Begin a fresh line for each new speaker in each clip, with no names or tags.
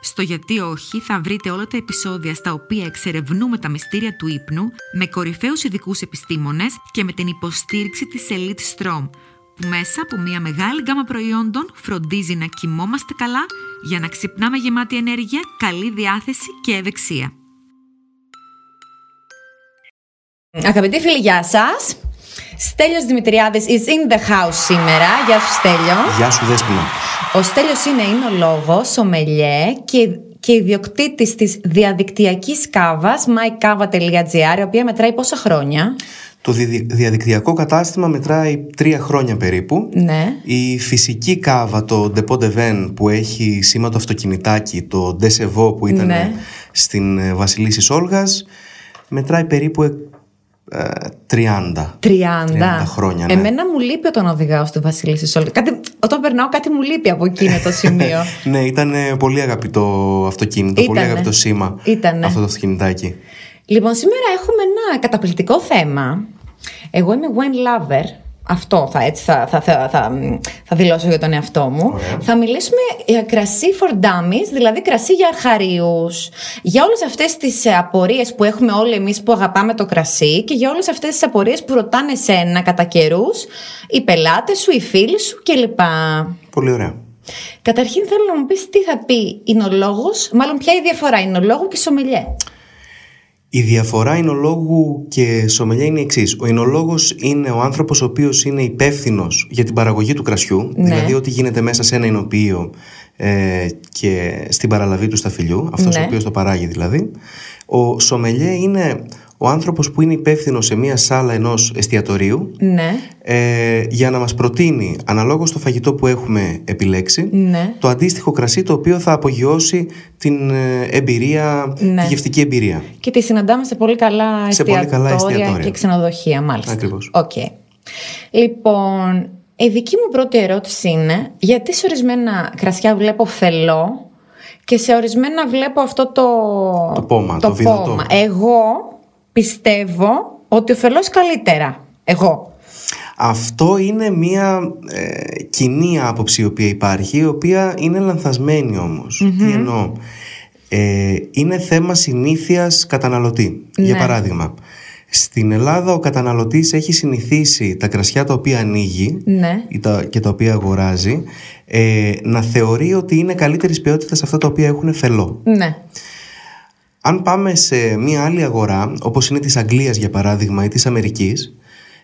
Στο «Γιατί όχι» θα βρείτε όλα τα επεισόδια στα οποία εξερευνούμε τα μυστήρια του ύπνου με κορυφαίους ειδικούς επιστήμονες και με την υποστήριξη της Elite Strom, που μέσα από μια μεγάλη γκάμα προϊόντων φροντίζει να κοιμόμαστε καλά για να ξυπνάμε γεμάτη ενέργεια, καλή διάθεση και ευεξία.
Αγαπητοί φίλοι, γεια σας. Στέλιος Δημητριάδης is in the house σήμερα. Γεια σου Στέλιο.
Γεια σου Δέσποινα.
Ο Στέλιος είναι εινολόγος, ομελιέ και, και ιδιοκτήτης της διαδικτυακής κάβας mykava.gr, η οποία μετράει πόσα χρόνια.
Το διδι- διαδικτυακό κατάστημα μετράει τρία χρόνια περίπου.
Ναι.
Η φυσική κάβα, το Depot de Vin, που έχει σήμα το αυτοκινητάκι, το Ντεσεβό που ήταν
Ναι.
στην ε, Βασιλίσης Όλγας, μετράει περίπου ε, ε, 30.
30.
30 χρόνια, ναι.
Εμένα μου λείπει όταν οδηγάω στη Βασιλίση Σόλ. Κάτι, όταν περνάω, κάτι μου λείπει από εκείνο το σημείο.
Ναι, ήταν ε, πολύ αγαπητό αυτοκίνητο,
Ήτανε.
πολύ αγαπητό σήμα
Ήτανε.
αυτό το αυτοκινητάκι.
λοιπόν, σήμερα έχουμε ένα καταπληκτικό θέμα. Εγώ είμαι Gwen Lover. Αυτό θα, έτσι θα, θα, θα, θα, θα δηλώσω για τον εαυτό μου. Θα μιλήσουμε για κρασί for dummies, δηλαδή κρασί για αρχαρίους. Για όλες αυτές τις ε, απορίες που έχουμε όλοι εμείς που αγαπάμε το κρασί και για όλες αυτές τις απορίες που ρωτάνε σένα κατά καιρούς, οι πελάτες σου, οι φίλοι σου κλπ.
Πολύ ωραία.
Καταρχήν θέλω να μου πεις τι θα πει εινολόγος, μάλλον ποια είναι η διαφορά εινολόγου και σομελιέ.
Η διαφορά εινολόγου και σομελιά είναι η εξής. Ο εινολόγος είναι ο άνθρωπος ο οποίος είναι υπεύθυνος για την παραγωγή του κρασιού,
Ναι.
δηλαδή ό,τι γίνεται μέσα σε ένα εινοποιείο ε, και στην παραλαβή του σταφυλιού, αυτός
Ναι.
ο οποίος το παράγει δηλαδή. Ο σομελιέ είναι ο άνθρωπος που είναι υπεύθυνος σε μία σάλα ενός εστιατορίου
Ναι,
ε, για να μας προτείνει, αναλόγως το φαγητό που έχουμε επιλέξει,
ναι.
το αντίστοιχο κρασί το οποίο θα απογειώσει την ε, εμπειρία,
Ναι.
τη γευτική εμπειρία.
Και τη συναντάμε σε πολύ καλά
Σε πολύ καλά εστιατόρια.
και ξενοδοχεία, μάλιστα.
Ακριβώς.
Οκ. Λοιπόν, η δική μου πρώτη ερώτηση είναι γιατί σε ορισμένα κρασιά βλέπω φελό και σε ορισμένα βλέπω αυτό το.
Το πόμα, το βιδωτό.
πόμα. Εγώ πιστεύω ότι ο φελός καλύτερα. Εγώ.
Αυτό είναι μια ε, κοινή άποψη η οποία υπάρχει, η οποία είναι λανθασμένη όμως. Τι εννοώ. Ε, είναι θέμα συνήθειας καταναλωτή. Για
Ναι.
παράδειγμα, στην Ελλάδα ο καταναλωτής έχει συνηθίσει τα κρασιά τα οποία ανοίγει
Ναι.
ή τα- και τα οποία αγοράζει ε, να θεωρεί ότι είναι καλύτερης ποιότητας αυτά τα οποία έχουν φελό.
Ναι.
Αν πάμε σε μια άλλη αγορά, όπως είναι της Αγγλίας για παράδειγμα ή της Αμερικής,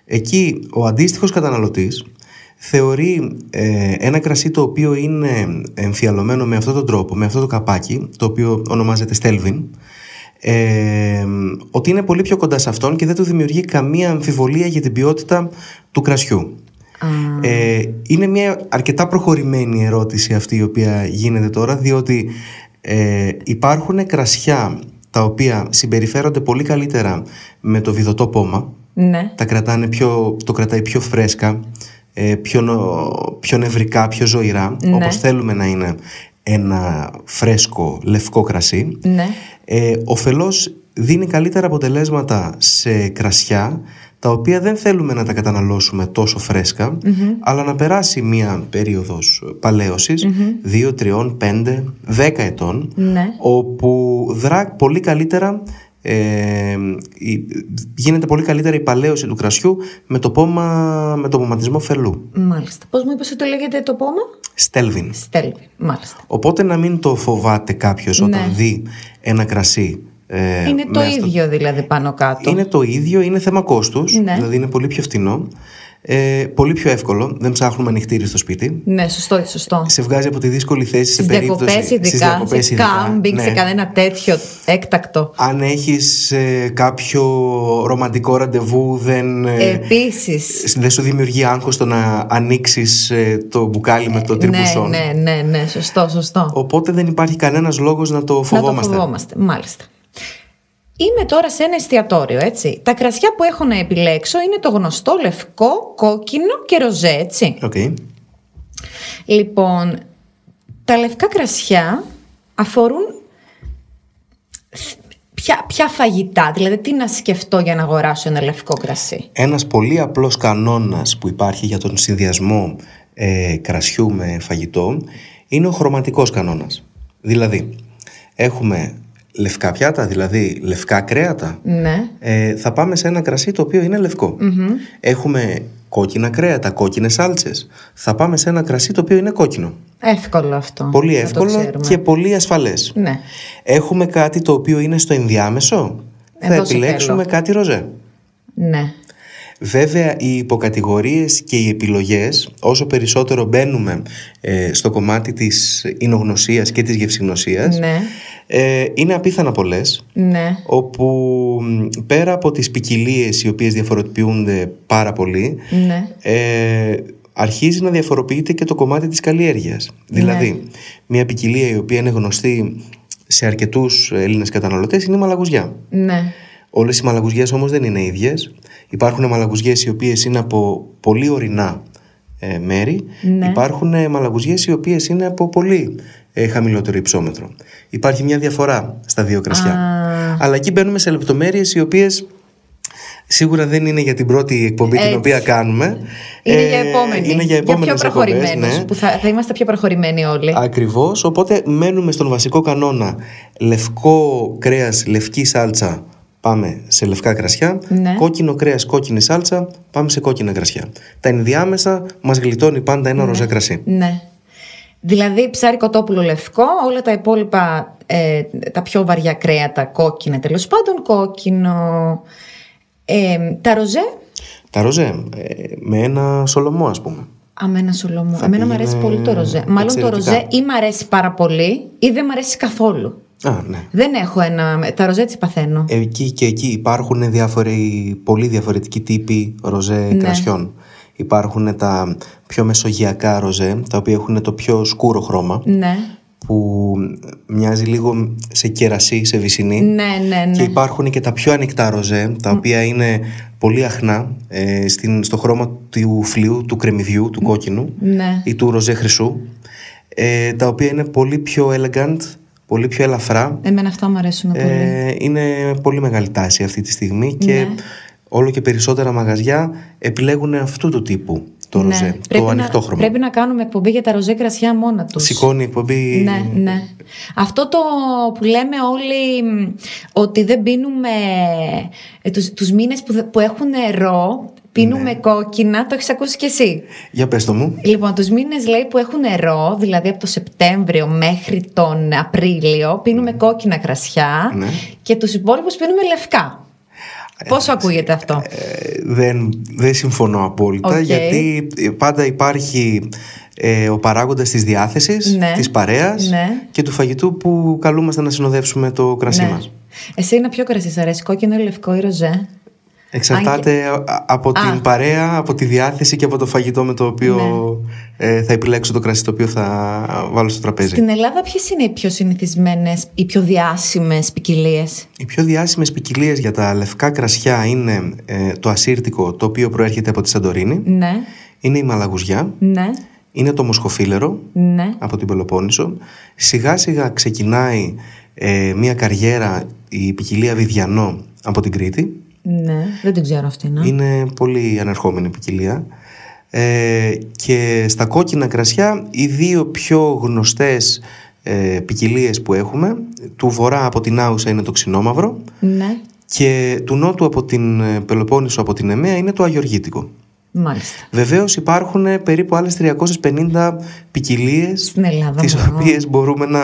εκεί ο αντίστοιχος καταναλωτής θεωρεί ε, ένα κρασί το οποίο είναι εμφιαλωμένο με αυτόν τον τρόπο, με αυτό το καπάκι, το οποίο ονομάζεται Στέλβιν, ε, ότι είναι πολύ πιο κοντά σε αυτόν και δεν του δημιουργεί καμία αμφιβολία για την ποιότητα του κρασιού. Ε, είναι μια αρκετά προχωρημένη ερώτηση αυτή η οποία γίνεται τώρα διότι ε, υπάρχουν κρασιά τα οποία συμπεριφέρονται πολύ καλύτερα με το βιδωτό πόμα
Ναι.
τα κρατάνε πιο, το κρατάει πιο φρέσκα ε, πιο, νο- πιο νευρικά, πιο ζωηρά
Ναι.
όπως θέλουμε να είναι ένα φρέσκο λευκό κρασί
Ναι.
ε, ο φελός δίνει καλύτερα αποτελέσματα σε κρασιά τα οποία δεν θέλουμε να τα καταναλώσουμε τόσο φρέσκα, αλλά να περάσει μία περίοδος παλαίωσης, 2, 3, 5, 10 ετών,
Ναι.
όπου δρά πολύ καλύτερα ε, η- γίνεται πολύ καλύτερα η παλαίωση του κρασιού με το, πόμα, με το ποματισμό φελού.
Μάλιστα. Πώς μου είπες ότι λέγεται το πόμα?
Στέλβιν.
Στέλβι. Μάλιστα.
Οπότε να μην το φοβάται κάποιος όταν
Ναι.
δει ένα κρασί ε,
είναι
με
το
αυτό-
ίδιο δηλαδή πάνω κάτω.
Είναι το ίδιο, είναι θέμα κόστους.
Ναι.
Δηλαδή είναι πολύ πιο φθηνό. Ε, πολύ πιο εύκολο. Δεν ψάχνουμε ανοιχτήρι στο σπίτι.
Ναι, σωστό, σωστό.
Σε βγάζει από τη δύσκολη θέση
Στι
σε περίπτωση.
διακοπές
στις
ειδικά,
διακοπές
σε
ειδικά,
κάμπινγκ, σε
ναι.
κανένα τέτοιο έκτακτο.
Αν έχεις κάποιο ρομαντικό ραντεβού, δεν. ε,
Επίσης.
δεν σου δημιουργεί άγχος το να ανοίξεις το μπουκάλι με το
Ναι,
τυρμπουσόν.
ναι, ναι, ναι, σωστό, σωστό.
Οπότε δεν υπάρχει κανένας λόγος να το
Να το
φοβόμαστε.
φοβόμαστε. Μάλιστα. Είμαι τώρα σε ένα εστιατόριο, έτσι. Τα κρασιά που έχω να επιλέξω είναι το γνωστό λευκό, κόκκινο και ροζέ, έτσι.
Οκ.
Λοιπόν, τα λευκά κρασιά αφορούν ποια, ποια φαγητά, δηλαδή τι να σκεφτώ για να αγοράσω ένα λευκό κρασί.
Ένας πολύ απλός κανόνας που υπάρχει για τον συνδυασμό ε, κρασιού με φαγητό είναι ο χρωματικός κανόνας. Δηλαδή, έχουμε λευκά πιάτα, δηλαδή λευκά κρέατα.
Ναι.
Ε, θα πάμε σε ένα κρασί το οποίο είναι λευκό. Έχουμε κόκκινα κρέατα, κόκκινες σάλτσες. Θα πάμε σε ένα κρασί το οποίο είναι κόκκινο.
Εύκολο αυτό.
Πολύ
να το
εύκολο
ξέρουμε.
και πολύ ασφαλές.
Ναι.
Έχουμε κάτι το οποίο είναι στο ενδιάμεσο.
Ε,
θα
εδώ σε
επιλέξουμε
θέλω.
κάτι ροζέ.
Ναι.
Βέβαια, οι υποκατηγορίες και οι επιλογές, όσο περισσότερο μπαίνουμε ε, στο κομμάτι της εινογνωσίας και της γευσιγνωσίας,
Ναι.
ε, είναι απίθανα πολλές,
Ναι.
όπου μ, πέρα από τις ποικιλίες οι οποίες διαφοροποιούνται πάρα πολύ,
Ναι.
ε, αρχίζει να διαφοροποιείται και το κομμάτι της καλλιέργειας. Δηλαδή, μια ποικιλία η οποία είναι γνωστή σε αρκετούς Έλληνες καταναλωτές είναι η μαλαγουζιά.
Ναι.
Όλες οι μαλαγουζιές όμως δεν είναι ίδιες. Υπάρχουν μαλαγουζιές οι οποίες είναι από πολύ ορεινά ε, μέρη.
Ναι.
Υπάρχουν ε, μαλαγουζιές οι οποίες είναι από πολύ ε, χαμηλότερο υψόμετρο. Υπάρχει μια διαφορά στα δύο κρασιά.
Α.
Αλλά εκεί μπαίνουμε σε λεπτομέρειες οι οποίες σίγουρα δεν είναι για την πρώτη εκπομπή
Έτσι.
την οποία κάνουμε.
Είναι
Ε,
για επόμενη.
Είναι για επόμενες
πιο
εκπομπές,
προχωρημένους,
ναι.
που θα, θα είμαστε πιο προχωρημένοι όλοι.
Ακριβώς, οπότε μένουμε στον βασικό κανόνα λευκό κρέας, λευκή σάλτσα πάμε σε λευκά κρασιά
Ναι.
κόκκινο κρέας, κόκκινη σάλτσα πάμε σε κόκκινα κρασιά τα ενδιάμεσα μας γλιτώνει πάντα ένα ροζέ κρασί
Ναι. Δηλαδή ψάρι κοτόπουλο λευκό, όλα τα υπόλοιπα, ε, τα πιο βαριά κρέατα, κόκκινα τέλος πάντων, κόκκινο. Ε, τα ροζέ,
τα ροζέ ε, με ένα σολομό ας πούμε
αμένα σολομό. Εμένα μου
πήγαινε
αρέσει πολύ το ροζέ. Μάλλον το
εξαιρετικά.
ροζέ ή μ' αρέσει πάρα πολύ ή δεν μ' αρέσει καθόλου.
Α, ναι.
Δεν έχω ένα. Τα ροζέ έτσι παθαίνω.
Εκεί και εκεί υπάρχουν διάφοροι, πολύ διαφορετικοί τύποι ροζέ
Ναι.
κρασιών. Υπάρχουν τα πιο μεσογειακά ροζέ, τα οποία έχουν το πιο σκούρο χρώμα.
Ναι.
που μοιάζει λίγο σε κερασί, σε βυσινή.
Ναι, ναι,
Και
ναι.
υπάρχουν και τα πιο ανοιχτά ροζέ, τα οποία είναι πολύ αχνά ε, στην, στο χρώμα του φλοιού, του κρεμμυδιού, του κόκκινου
Ναι.
ή του ροζέ χρυσού, ε, τα οποία είναι πολύ πιο elegant, πολύ πιο ελαφρά.
Εμένα αυτά μου αρέσουν πολύ.
Ε, είναι πολύ μεγάλη τάση αυτή τη στιγμή και
Ναι.
όλο και περισσότερα μαγαζιά επιλέγουν αυτού του τύπου το ροζέ, το ανοιχτό
να,
χρώμα.
Ναι. πρέπει να κάνουμε εκπομπή για τα ροζέ κρασιά μόνα τους.
Σηκώνει η εκπομπή
Ναι, ναι. Αυτό το που λέμε όλοι μ, ότι δεν πίνουμε ε, τους, τους μήνες που, δε- που έχουν νερό, πίνουμε
Ναι.
κόκκινα, το έχεις ακούσει κι εσύ.
Για πες το μου.
Λοιπόν, τους μήνες λέει που έχουν νερό, δηλαδή από το Σεπτέμβριο μέχρι τον Απρίλιο, πίνουμε κόκκινα κρασιά
Ναι.
και τους υπόλοιπους πίνουμε λευκά. Πόσο ακούγεται αυτό.
Ε, δεν, δεν συμφωνώ απόλυτα
Οκ.
γιατί ε, πάντα υπάρχει ε, ο παράγοντας της διάθεσης,
Ναι.
της παρέας
Ναι.
και του φαγητού που καλούμαστε να συνοδεύσουμε το κρασί
Ναι.
μας.
Εσύ είναι πιο κρασί, σ' αρέσει κόκκινο ή λευκό ή ροζέ.
Εξαρτάται α- από την παρέα, από τη διάθεση και από το φαγητό με το οποίο ε, θα επιλέξω το κρασί το οποίο θα βάλω στο τραπέζι.
Ναι. Στην Ελλάδα ποιες είναι οι πιο συνηθισμένες, οι πιο διάσημες ποικιλίες.
Οι πιο διάσημες ποικιλίες για τα λευκά κρασιά είναι ε, το ασύρτικο το οποίο προέρχεται από τη Σαντορίνη,
Ναι,
είναι η μαλαγουζιά,
ναι,
είναι το μοσχοφύλερο,
ναι.
από την Πελοπόννησο. Σιγά σιγά ξεκινάει ε, μια καριέρα η ποικιλία Βιδιανό από την Κρήτη.
Ναι, δεν την ξέρω αυτή, ναι.
Είναι πολύ ανερχόμενη ποικιλία. Ε, και στα κόκκινα κρασιά οι δύο πιο γνωστές ε, ποικιλίες που έχουμε του βορρά από την Άουσα είναι το ξινόμαυρο
Ναι,
και του νότου από την ε, Πελοπόννησο από την Εμέα είναι το αγιοργίτικο.
μάλιστα.
Βεβαίως υπάρχουν ε, περίπου άλλες 350 ποικιλίες
Στην Ελλάδα.
τις
μόνο.
οποίες μπορούμε να,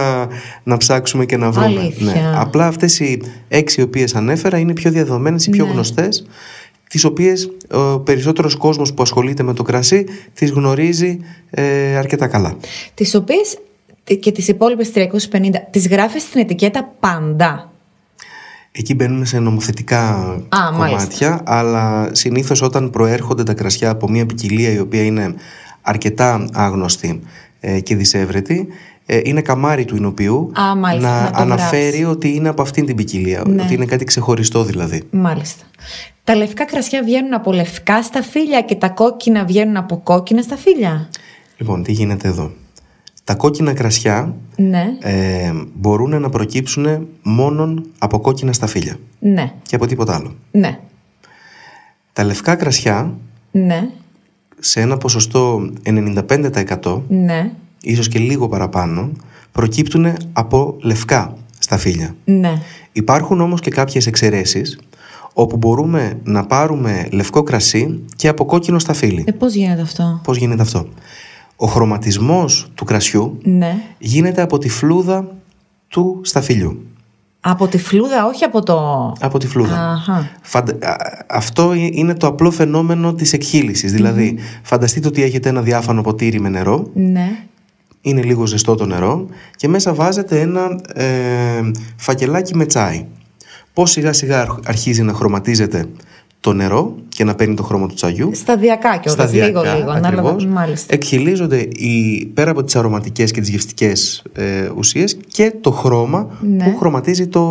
να ψάξουμε και να βρούμε. Ναι.
Αλήθεια.
Απλά αυτές οι έξι οι οποίες ανέφερα είναι οι πιο διαδομένες, οι πιο
Ναι.
γνωστές, τις οποίες ε, ο περισσότερος κόσμος που ασχολείται με το κρασί τις γνωρίζει ε, αρκετά καλά.
Τις οποίες και τις υπόλοιπες 350 τις γράφεις στην ετικέτα πάντα.
Εκεί μπαίνουμε σε νομοθετικά
μάλιστα.
κομμάτια, αλλά συνήθως όταν προέρχονται τα κρασιά από μια ποικιλία η οποία είναι αρκετά άγνωστη ε, και δυσέβρετη, ε, είναι καμάρι του Ινοποιού
Α, μάλιστα,
να,
να το
αναφέρει
γράψει.
ότι είναι από αυτήν την ποικιλία.
Ναι.
Ότι είναι κάτι ξεχωριστό δηλαδή.
Μάλιστα. Τα λευκά κρασιά βγαίνουν από λευκά σταφύλια και τα κόκκινα βγαίνουν από κόκκινα σταφύλια.
Λοιπόν, τι γίνεται εδώ. Τα κόκκινα κρασιά
Ναι,
ε, μπορούν να προκύψουν μόνον από κόκκινα σταφύλια
ναι,
και από τίποτα άλλο.
ναι,
Τα λευκά κρασιά
ναι,
σε ένα ποσοστό 95%
ναι,
ίσως και λίγο παραπάνω προκύπτουν από λευκά σταφύλια.
ναι.
Υπάρχουν όμως και κάποιες εξαιρέσεις όπου μπορούμε να πάρουμε λευκό κρασί και από κόκκινο σταφύλι.
Ε, πώς γίνεται αυτό.
Πώς γίνεται αυτό. Ο χρωματισμός του κρασιού
Ναι.
γίνεται από τη φλούδα του σταφυλιού.
Από τη φλούδα, όχι από το...
Από τη φλούδα.
Αχα.
Φαντα- α- Αυτό ε- είναι το απλό φαινόμενο της εκχύλησης. Δηλαδή, φανταστείτε ότι έχετε ένα διάφανο ποτήρι με νερό,
Ναι.
είναι λίγο ζεστό το νερό και μέσα βάζετε ένα ε, φακελάκι με τσάι. Πώς σιγά σιγά αρχ- αρχίζει να χρωματίζεται το νερό και να παίρνει το χρώμα του τσαγιού.
Σταδιακά κιόλας, λίγο λίγο. ανάλογα-
ακριβώς,
Μάλιστα.
εκχυλίζονται οι, πέρα από τις αρωματικές και τις γευστικές ε, ουσίες και το χρώμα
Ναι.
που χρωματίζει το,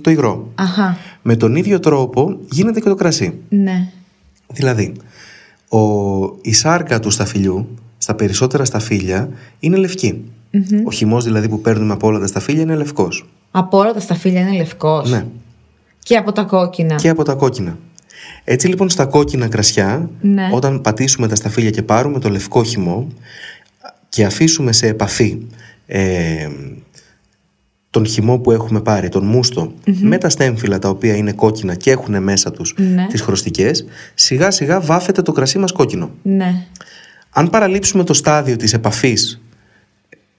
το υγρό.
Αχα.
Με τον ίδιο τρόπο γίνεται και το κρασί.
Ναι.
Δηλαδή, ο, η σάρκα του σταφυλιού, στα περισσότερα σταφύλια, είναι λευκή. Ο χυμός δηλαδή που παίρνουμε από όλα τα σταφύλια είναι λευκός.
Από όλα τα σταφύλια είναι λευκός.
Ναι.
Και από τα κόκκινα.
Και από τα κόκκινα. Έτσι λοιπόν στα κόκκινα κρασιά,
Ναι.
όταν πατήσουμε τα σταφύλια και πάρουμε το λευκό χυμό και αφήσουμε σε επαφή ε, τον χυμό που έχουμε πάρει, τον μουστο με τα στέμφυλλα τα οποία είναι κόκκινα και έχουν μέσα τους
Ναι.
τις χρωστικές, σιγά σιγά βάφεται το κρασί μας κόκκινο.
Ναι.
Αν παραλείψουμε το στάδιο της επαφής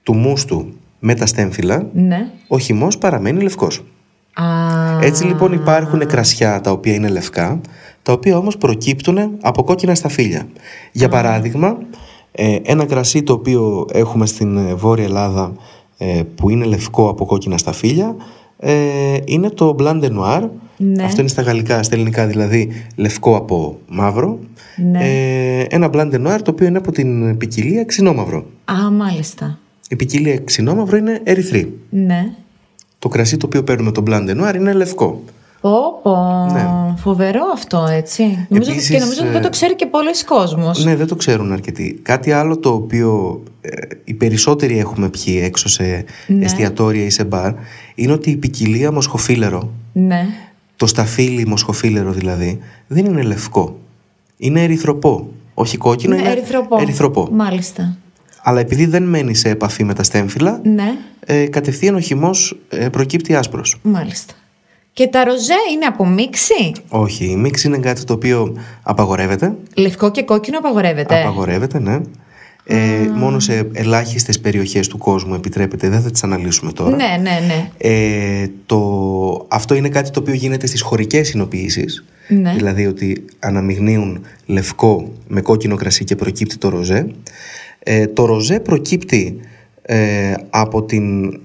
του μουστου με τα στέμφυλλα,
Ναι.
ο χυμός παραμένει λευκός.
Α,
Έτσι λοιπόν υπάρχουν κρασιά τα οποία είναι λευκά, τα οποία όμως προκύπτουν από κόκκινα σταφύλια. Για παράδειγμα, ε, ένα κρασί το οποίο έχουμε στην ε, Βόρεια Ελλάδα ε, που είναι λευκό από κόκκινα σταφύλια ε, είναι το Blanc de Noir.
Ναι.
Αυτό είναι στα γαλλικά, στα ελληνικά δηλαδή λευκό από μαύρο.
Ναι.
Ε, ένα Blanc de Noir το οποίο είναι από την ποικιλία ξινόμαυρο.
Α, μάλιστα.
Η ποικιλία ξινόμαυρο είναι ερυθρή.
Ναι.
Το κρασί το οποίο παίρνουμε το Blanc de Noir είναι λευκό.
Πω, πω.
Ναι.
Φοβερό αυτό, έτσι. νομίζω, ότι- και
Επίσης,
νομίζω ότι
ε,
δεν το ξέρει και πολλοί κόσμος.
Ναι, δεν το ξέρουν αρκετοί. Κάτι άλλο το οποίο ε, οι περισσότεροι έχουμε πιει έξω σε
Ναι.
εστιατόρια ή σε μπαρ είναι ότι η ποικιλία μοσχοφύλερο,
Ναι.
το σταφύλι μοσχοφύλερο δηλαδή, δεν είναι λευκό. Είναι ερυθροπό. Όχι κόκκινο,
Ναι,
είναι
ερυθροπό.
ερυθροπό.
Μάλιστα.
Αλλά επειδή δεν μένει σε επαφή με τα στέμφυλλα,
Ναι,
ε, κατευθείαν ο χυμός ε, προκύπτει άσπρος.
μάλιστα. Και τα ροζέ είναι από μίξη.
Όχι, η μίξη είναι κάτι το οποίο απαγορεύεται.
Λευκό και κόκκινο απαγορεύεται. Mm.
Απαγορεύεται, ναι. Ε, Μόνο σε ελάχιστες περιοχές του κόσμου επιτρέπεται, δεν θα τις αναλύσουμε τώρα.
Ναι, ναι, ναι.
Ε, το, αυτό είναι κάτι το οποίο γίνεται στις χωρικές συνοποιήσεις.
Ναι.
Δηλαδή ότι αναμειγνύουν λευκό με κόκκινο κρασί και προκύπτει το ροζέ. Ε, το ροζέ προκύπτει ε, από την... μ,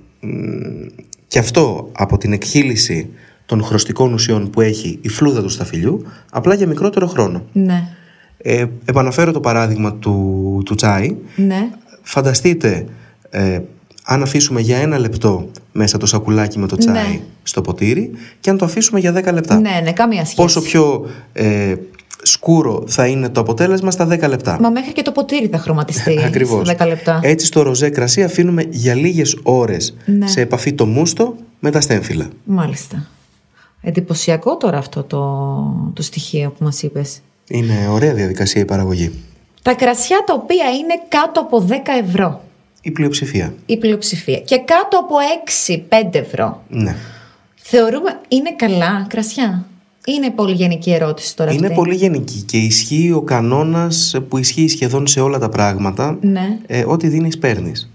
και αυτό από την εκχύληση των χρωστικών ουσιών που έχει η φλούδα του σταφυλιού, απλά για μικρότερο χρόνο.
Ναι,
Ε, επαναφέρω το παράδειγμα του, του τσάι.
ναι,
Φανταστείτε, ε, αν αφήσουμε για ένα λεπτό μέσα το σακουλάκι με το τσάι
Ναι.
στο ποτήρι και αν το αφήσουμε για 10 λεπτά.
ναι, ναι, καμία σχέση.
Πόσο πιο ε, σκούρο θα είναι το αποτέλεσμα στα 10 λεπτά. Ε,
Μα μέχρι και το ποτήρι θα χρωματιστεί
Ακριβώς. Ε-
στα 10 λεπτά.
Έτσι στο ροζέ κρασί αφήνουμε για λίγες ώρες
Ναι.
σε επαφή το μούστο με τα στέμφυλλα.
Μάλιστα. Εντυπωσιακό τώρα αυτό το, το στοιχείο που μας είπες.
Είναι ωραία διαδικασία η παραγωγή.
Τα κρασιά τα οποία είναι κάτω από 10 ευρώ
Η πλειοψηφία.
η πλειοψηφία και κάτω από 6-5 ευρώ
Ναι.
θεωρούμε είναι καλά κρασιά. Είναι πολύ γενική ερώτηση τώρα
Είναι
αυτή.
πολύ γενική και ισχύει ο κανόνας που ισχύει σχεδόν σε όλα τα πράγματα.
Ναι,
Ε, ό,τι δίνεις παίρνεις.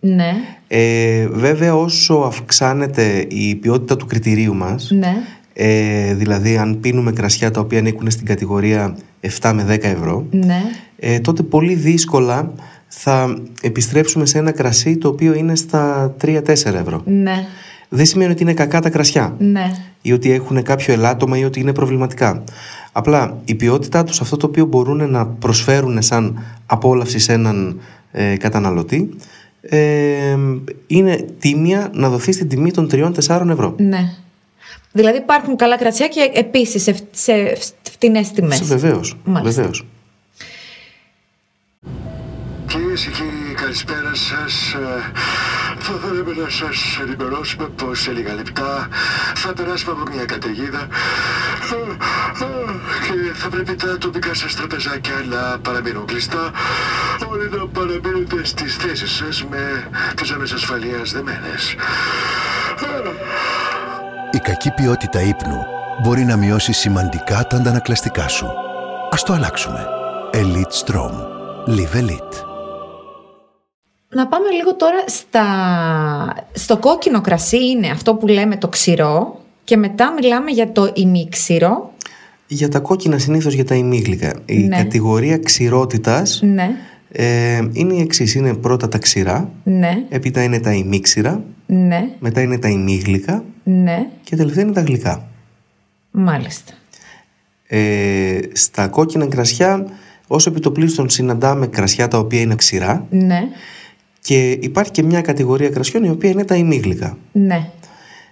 ναι,
Ε, βέβαια όσο αυξάνεται η ποιότητα του κριτηρίου μας,
ναι,
ε, δηλαδή αν πίνουμε κρασιά τα οποία ανήκουν στην κατηγορία 7 με 10 ευρώ,
ναι.
ε, τότε πολύ δύσκολα θα επιστρέψουμε σε ένα κρασί το οποίο είναι στα 3-4 ευρώ.
Ναι,
Δεν σημαίνει ότι είναι κακά τα κρασιά
ναι,
ή ότι έχουν κάποιο ελάττωμα ή ότι είναι προβληματικά. Απλά η ποιότητά τους, αυτό το οποίο μπορούν να προσφέρουν σαν απόλαυση σε έναν ε, καταναλωτή, ε, είναι τίμια να δοθεί στην τιμή των 3-4 ευρώ.
Ναι. Δηλαδή υπάρχουν καλά κρασιά και επίσης σε, σε φτηνές τιμές.
Βεβαίως.
Μάλιστα.
Βεβαίως.
Κυρίες και κύριοι, καλησπέρα σας. Θα θέλαμε να σας ενημερώσουμε πως σε λίγα λεπτά θα περάσουμε από μια καταιγίδα ε, ε, και θα πρέπει τα τοπικά σας τραπεζάκια να παραμείνουν κλειστά. Όλοι να παραμείνετε στις θέσεις σας με τις ζώνε ασφαλείας δεμένες.
Η κακή ποιότητα ύπνου μπορεί να μειώσει σημαντικά τα αντανακλαστικά σου. Ας το αλλάξουμε. Elite Strom. Live Elite.
Να πάμε λίγο τώρα στα... στο κόκκινο κρασί είναι αυτό που λέμε το ξηρό και μετά μιλάμε για το ημίξηρο.
Για τα κόκκινα συνήθως για τα ημίγλικα. Η
Ναι.
κατηγορία ξηρότητας
Ναι,
ε, είναι η εξής. Είναι πρώτα τα ξηρά,
ναι,
έπειτα είναι τα ημίξηρα,
ναι,
μετά είναι τα ημίγλικα
ναι,
και τελευταία είναι τα γλυκά.
μάλιστα.
Ε, στα κόκκινα κρασιά, όσο επιτοπλίστων συναντάμε κρασιά τα οποία είναι ξηρά
Ναι,
και υπάρχει και μια κατηγορία κρασιών η οποία είναι τα ημίγλικα.
ναι.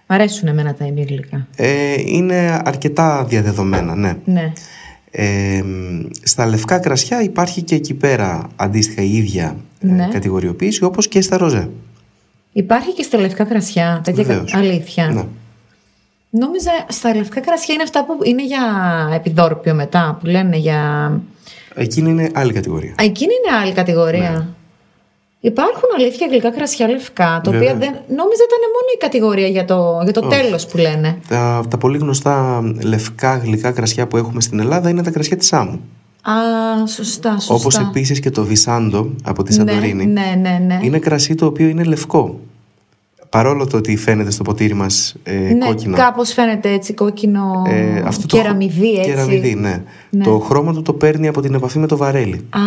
Μ' αρέσουν εμένα τα ημίγλικα.
Ε, είναι αρκετά διαδεδομένα, ναι.
Ναι,
Ε, στα λευκά κρασιά υπάρχει και εκεί πέρα αντίστοιχα η ίδια ε,
Ναι.
κατηγοριοποίηση όπως και στα ροζέ.
Υπάρχει και στα λευκά κρασιά, τέτοια κα-
Βεβαίως.
αλήθεια.
Ναι.
Νόμιζα στα λευκά κρασιά είναι αυτά που είναι για επιδόρπιο μετά, που λένε για...
Εκείνη είναι άλλη κατηγορία.
Α, εκείνη είναι άλλη κατηγορία.
Ναι.
Υπάρχουν αλήθεια γλυκά κρασιά λευκά, τα οποία
Βέβαια.
δεν... νόμιζα ήταν μόνο η κατηγορία για το, για το
Όχι.
τέλος που λένε.
Τα, τα πολύ γνωστά λευκά γλυκά κρασιά που έχουμε στην Ελλάδα είναι τα κρασιά της Σάμου.
Α, σωστά, σωστά.
Όπως επίσης και το Βυσάντο από τη
ναι,
Σαντορίνη.
ναι, ναι, ναι.
Είναι κρασί το οποίο είναι λευκό. Παρόλο το ότι φαίνεται στο ποτήρι μας ε,
ναι,
κόκκινο.
κάπως φαίνεται έτσι κόκκινο
Ε, αυτό το-
κεραμιδί έτσι.
κεραμιδί, ναι.
Ναι.
Το χρώμα του το παίρνει από την επαφή με το βαρέλι.
Α,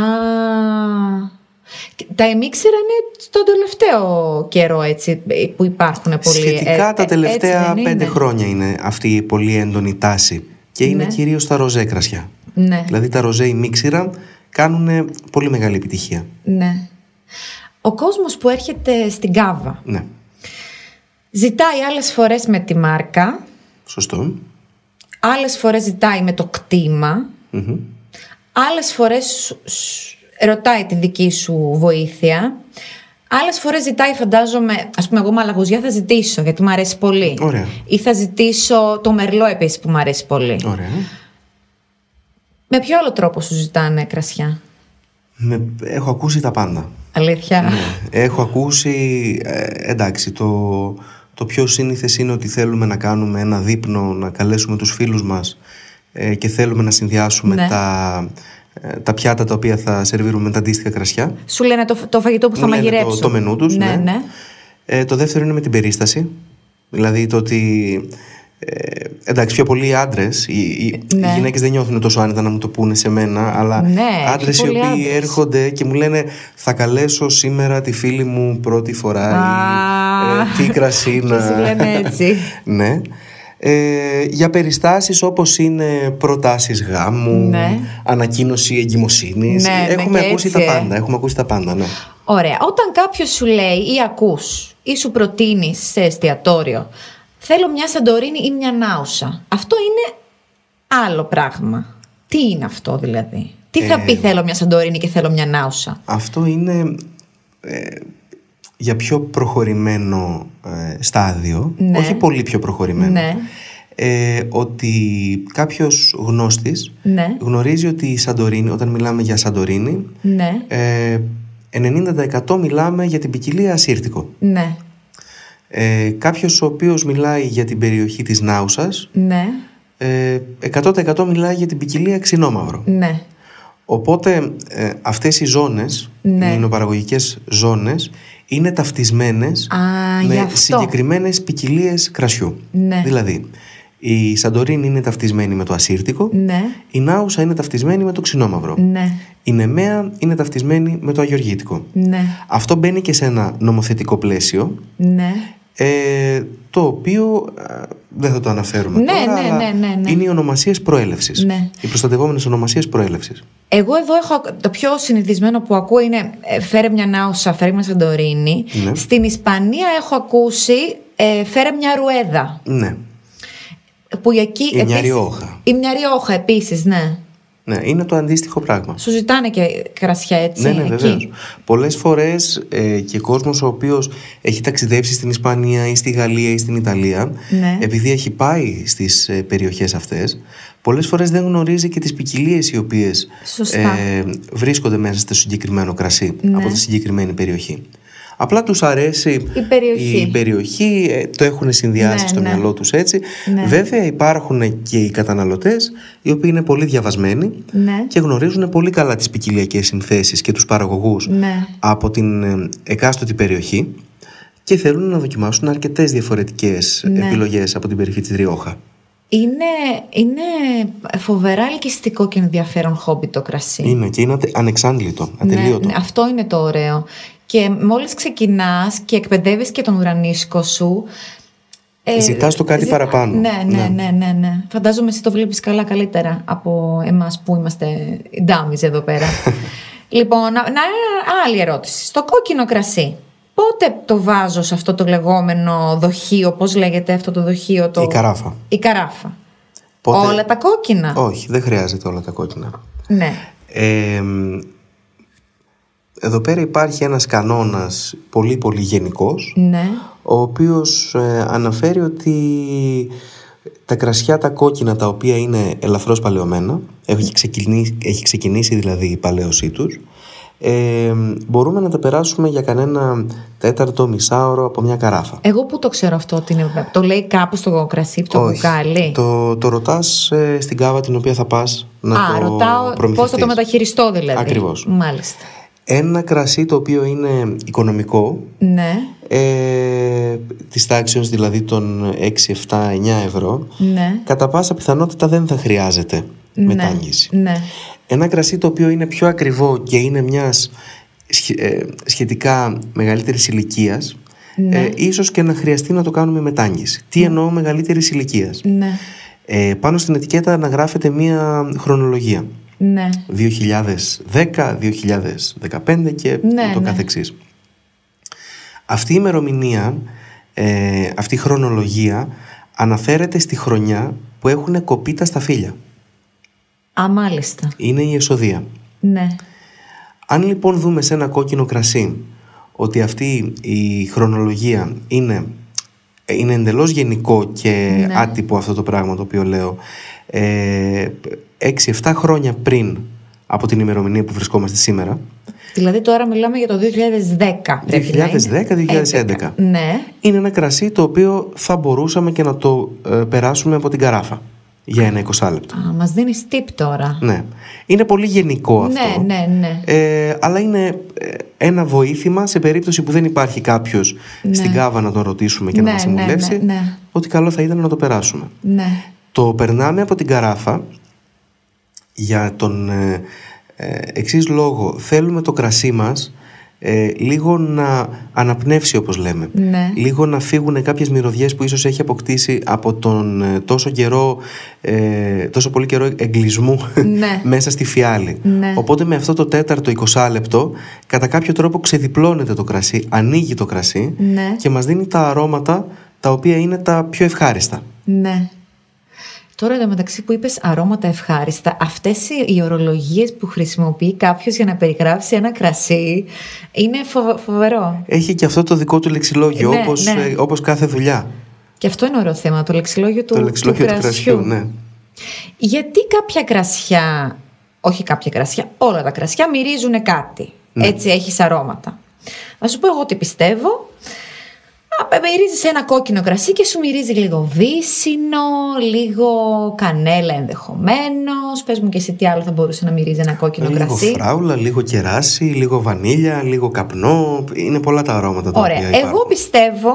και τα εμίξερα είναι στον τελευταίο καιρό έτσι που υπάρχουν πολύ.
Σχετικά
Ε,
τα
ε, έτσι
τελευταία
δεν
πέντε
είναι?
χρόνια είναι αυτή η πολύ έντονη τάση. Και είναι
Ναι.
κυρίως τα ροζέ κρασιά.
Ναι,
Δηλαδή τα ροζέ ημίξηρα κάνουν ε, πολύ μεγάλη επιτυχία.
ναι. Ο κόσμος που έρχεται στην Κάβα
Ναι,
ζητάει άλλες φορές με τη μάρκα,
σωστό.
άλλες φορές ζητάει με το κτήμα,
Μμμ.
άλλες φορές σου- σου- ρωτάει τη δική σου βοήθεια, άλλες φορές ζητάει φαντάζομαι, ας πούμε εγώ μαλαγουζιά θα ζητήσω γιατί μου αρέσει πολύ.
Ωραία.
Ή θα ζητήσω το μερλό επίσης που μου αρέσει πολύ.
Ωραία.
Με ποιο άλλο τρόπο σου ζητάνε κρασιά.
Με, έχω ακούσει τα πάντα.
Αλήθεια.
Ναι. Έχω ακούσει, ε, εντάξει, το, το πιο σύνηθες είναι ότι θέλουμε να κάνουμε ένα δείπνο, να καλέσουμε τους φίλους μας ε, και θέλουμε να συνδυάσουμε
Ναι.
τα, ε, τα πιάτα τα οποία θα σερβίρουμε με τα αντίστοιχα κρασιά.
Σου λένε το, το φαγητό που θα
Μου λένε
μαγειρέψω.
Το, το μενού τους,
Ναι, ναι.
Ε, το δεύτερο είναι με την περίσταση. Δηλαδή το ότι. Ε, εντάξει, πιο πολλοί άντρες. Οι, οι,
Ναι.
οι γυναίκες δεν νιώθουν τόσο άνετα να μου το πούνε σε μένα, αλλά
Ναι,
άντρε
πιο
οι
πολλοί
οποίοι
άντρες.
έρχονται και μου λένε Θα καλέσω σήμερα τη φίλη μου πρώτη φορά.
Α,
ή, ε, τι κρασί
και
να.
σου λένε έτσι.
ναι. Ε, για περιστάσεις όπως είναι προτάσεις γάμου,
Ναι.
ανακοίνωση εγκυμοσύνης
Ναι, ναι,
έχουμε
και
ακούσει
έτσι,
τα
ε.
πάντα, έχουμε ακούσει τα πάντα, ναι.
Ωραία. Όταν κάποιος σου λέει ή ακούς ή σου προτείνει σε εστιατόριο, θέλω μια Σαντορίνη ή μια Νάουσα. Αυτό είναι άλλο πράγμα. Τι είναι αυτό δηλαδή. Τι θα πει θέλω μια Σαντορίνη και θέλω μια Νάουσα.
Αυτό είναι ε, για πιο προχωρημένο ε, στάδιο,
Ναι.
όχι πολύ πιο προχωρημένο,
Ναι.
ε, ότι κάποιος γνώστης
Ναι.
γνωρίζει ότι η Σαντορίνη, όταν μιλάμε για Σαντορίνη,
Ναι.
ε, 90% μιλάμε για την ποικιλία Ασύρτικο.
Ναι.
Ε, κάποιος ο οποίος μιλάει για την περιοχή της Νάουσας,
Ναι.
ε, 100% μιλάει για την ποικιλία Ξινόμαυρο.
Ναι.
Οπότε ε, αυτές οι ζώνες,
Ναι.
οι ινοπαραγωγικές ζώνες, είναι ταυτισμένες
Α, γι'
με
αυτό.
συγκεκριμένες ποικιλίε κρασιού.
Ναι.
Δηλαδή, η Σαντορίνη είναι ταυτισμένη με το ασύρτικο,
Ναι.
η Νάουσα είναι ταυτισμένη με το ξινόμαυρο,
Ναι.
η Νεμαία είναι ταυτισμένη με το αγιοργήτικο.
Ναι.
Αυτό μπαίνει και σε ένα νομοθετικό πλαίσιο,
Ναι.
ε, ε, το οποίο ε, δεν θα το αναφέρουμε
Ναι,
τώρα,
ναι,
αλλά
ναι, ναι, ναι.
είναι οι ονομασίες προέλευσης.
Ναι.
Οι προστατευόμενες ονομασίες προέλευσης.
Εγώ εδώ έχω ακ- το πιο συνηθισμένο που ακούω είναι ε, φέρε μια νάουσα, φέρε μια σαντορίνη.
Ναι.
Στην Ισπανία έχω ακούσει ε, φέρε μια ρουέδα.
Ναι.
Που εκεί.
Η μια
επίσης-
ριόχα.
Η μια ριόχα επίσης, ναι.
ναι, είναι το αντίστοιχο πράγμα.
Σου ζητάνε και κρασιά έτσι.
Ναι, ναι,
εκεί.
βεβαίως. Πολλές φορές ε, και κόσμος ο οποίος έχει ταξιδέψει στην Ισπανία ή στη Γαλλία ή στην Ιταλία,
Ναι.
επειδή έχει πάει στις ε, περιοχές αυτές, πολλές φορές δεν γνωρίζει και τις ποικιλίες οι οποίες
Σωστά.
βρίσκονται μέσα στο συγκεκριμένο κρασί
Ναι.
από τη συγκεκριμένη περιοχή. Απλά τους αρέσει η
περιοχή.
περιοχή, ε, το έχουν συνδυάσει
Ναι,
στο
ναι.
μυαλό τους έτσι.
Ναι.
Βέβαια υπάρχουν και οι καταναλωτές οι οποίοι είναι πολύ διαβασμένοι
Ναι.
και γνωρίζουν πολύ καλά τις ποικιλιακές συνθέσεις και τους παραγωγούς
Ναι.
από την ε, εκάστοτη περιοχή και θέλουν να δοκιμάσουν αρκετές διαφορετικές
Ναι.
επιλογές από την περιοχή της Ριόχα.
Είναι, είναι φοβερά ελκυστικό και ενδιαφέρον χόμπι το κρασί.
Είναι και είναι ατε- ανεξάντλητο,
Ναι,
ατελείωτο.
Ε. ναι, αυτό είναι το ωραίο. Και μόλις ξεκινάς και εκπαιδεύεις και τον ουρανίσκο σου... ε,
Ζητάς το κάτι παραπάνω.
Ναι, ναι,
Ναι.
ναι, ναι, ναι. Φαντάζομαι εσύ το βλέπεις καλά καλύτερα από εμάς που είμαστε οι ντάμιζε εδώ πέρα. λοιπόν, να, να, άλλη ερώτηση. Στο κόκκινο κρασί. Πότε το βάζω σε αυτό το λεγόμενο δοχείο, πώς λέγεται αυτό το δοχείο. Το...
Η καράφα.
Η καράφα.
Πότε-
Όλα τα κόκκινα.
Όχι, δεν χρειάζεται όλα τα κόκκινα.
Ναι.
Ε, μ, εδώ πέρα υπάρχει ένας κανόνας πολύ πολύ γενικός
Ναι.
ο οποίος ε, αναφέρει ότι τα κρασιά τα κόκκινα τα οποία είναι ελαφρώς παλαιωμένα έχει ξεκινήσει, έχει ξεκινήσει δηλαδή η παλαίωσή τους ε, μπορούμε να τα περάσουμε για κανένα τέταρτο μισάωρο από μια καράφα.
Εγώ πού το ξέρω αυτό ότι είναι. Το λέει κάπου στο κρασί, το
Όχι.
μπουκάλι.
Το, το ρωτάς ε, στην κάβα την οποία θα πας να
Α,
το
ρωτάω πώς θα το
προμηθευτείς.
μεταχειριστώ δηλαδή.
Ακριβώς.
Μάλιστα.
Ένα κρασί το οποίο είναι οικονομικό
Ναι,
ε, της τάξης δηλαδή των 6, 7, 9 ευρώ
ναι.
κατά πάσα πιθανότητα δεν θα χρειάζεται μετάγγιση.
Ναι.
Ένα κρασί το οποίο είναι πιο ακριβό και είναι μιας σχε- ε, σχετικά μεγαλύτερης ηλικίας. Ε, ίσως και να χρειαστεί να το κάνουμε μετάγγιση. Τι εννοώ μεγαλύτερης ηλικίας.
Ναι, ναι,
Ε, πάνω στην ετικέτα αναγράφεται μία χρονολογία.
ναι.
2010, 2015 και
Ναι,
το
ναι.
καθεξής. Αυτή η ημερομηνία, ε, αυτή η χρονολογία αναφέρεται στη χρονιά που έχουν κοπεί τα σταφύλια.
Α, μάλιστα.
Είναι η εσοδεία.
Ναι.
Αν λοιπόν δούμε σε ένα κόκκινο κρασί ότι αυτή η χρονολογία είναι, είναι εντελώς γενικό και
Ναι.
άτυπο αυτό το πράγμα το οποίο λέω ε, 6-7 χρόνια πριν από την ημερομηνία που βρισκόμαστε σήμερα
Δηλαδή τώρα μιλάμε για το 2010. πρέπει να είναι.
2010-2011.
Ναι.
είναι ένα κρασί το οποίο θα μπορούσαμε και να το ε, περάσουμε από την καράφα για ένα 20 λεπτό.
Α, μας δίνεις tip τώρα.
Ναι. Είναι πολύ γενικό αυτό.
Ναι, ναι, ναι.
Ε, αλλά είναι ε, ένα βοήθημα σε περίπτωση που δεν υπάρχει κάποιος στην κάβα να τον ρωτήσουμε και
Ναι,
να μας
ναι, ναι,
συμβουλεύσει.
ναι.
Ότι καλό θα ήταν να το περάσουμε.
Ναι.
Το περνάμε από την καράφα για τον ε, ε, εξής λόγο. Θέλουμε το κρασί μας ε, λίγο να αναπνεύσει όπως λέμε.
Ναι.
Λίγο να φύγουν κάποιες μυρωδιές που ίσως έχει αποκτήσει από τον ε, τόσο καιρό, ε, τόσο πολύ καιρό εγκλισμού
Ναι.
μέσα στη φιάλη.
Ναι.
Οπότε με αυτό το τέταρτο 20 λεπτό κατά κάποιο τρόπο ξεδιπλώνεται το κρασί, ανοίγει το κρασί
Ναι.
και μας δίνει τα αρώματα τα οποία είναι τα πιο ευχάριστα.
Ναι. Τώρα εδώ μεταξύ που είπες αρώματα ευχάριστα, αυτές οι- οι ορολογίες που χρησιμοποιεί κάποιος για να περιγράψει ένα κρασί είναι φοβε- φοβερό.
έχει και αυτό το δικό του λεξιλόγιο,
Ναι,
όπως,
ναι.
ε, όπως κάθε δουλειά.
Και αυτό είναι ωραίο θέμα, το λεξιλόγιο του,
το λεξιλόγιο του κρασιού, ναι.
Γιατί κάποια κρασιά, όχι κάποια κρασιά, όλα τα κρασιά μυρίζουν κάτι.
Ναι.
Έτσι έχεις αρώματα. Να σου πω εγώ τι πιστεύω. Α, Μυρίζεις ένα κόκκινο κρασί και σου μυρίζει λίγο βύσινο, λίγο κανέλα ενδεχομένως. Πες μου και εσύ τι άλλο θα μπορούσε να μυρίζει ένα κόκκινο
Λίγο
κρασί.
φράουλα, λίγο κεράσι, λίγο βανίλια, λίγο καπνό. Είναι πολλά τα αρώματα τα
Ωραία.
οποία υπάρχουν.
Εγώ πιστεύω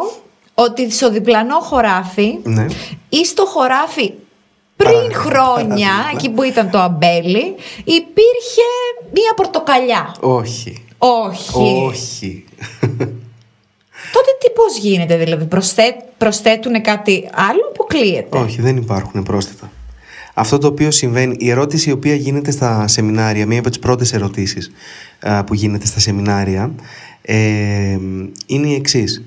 ότι στο διπλανό χωράφι
Ναι.
ή στο χωράφι πριν
Παράδειγμα,
χρόνια,
παράδειγμα.
εκεί που ήταν το αμπέλι, υπήρχε μία πορτοκαλιά.
Όχι.
Όχι.
Όχι.
Τότε τι πώς γίνεται, δηλαδή προσθέ, προσθέτουν κάτι άλλο, αποκλείεται.
Όχι, δεν υπάρχουν πρόσθετα. Αυτό το οποίο συμβαίνει, η ερώτηση η οποία γίνεται στα σεμινάρια, μία από τις πρώτες ερωτήσεις α, που γίνεται στα σεμινάρια, ε, είναι η εξής.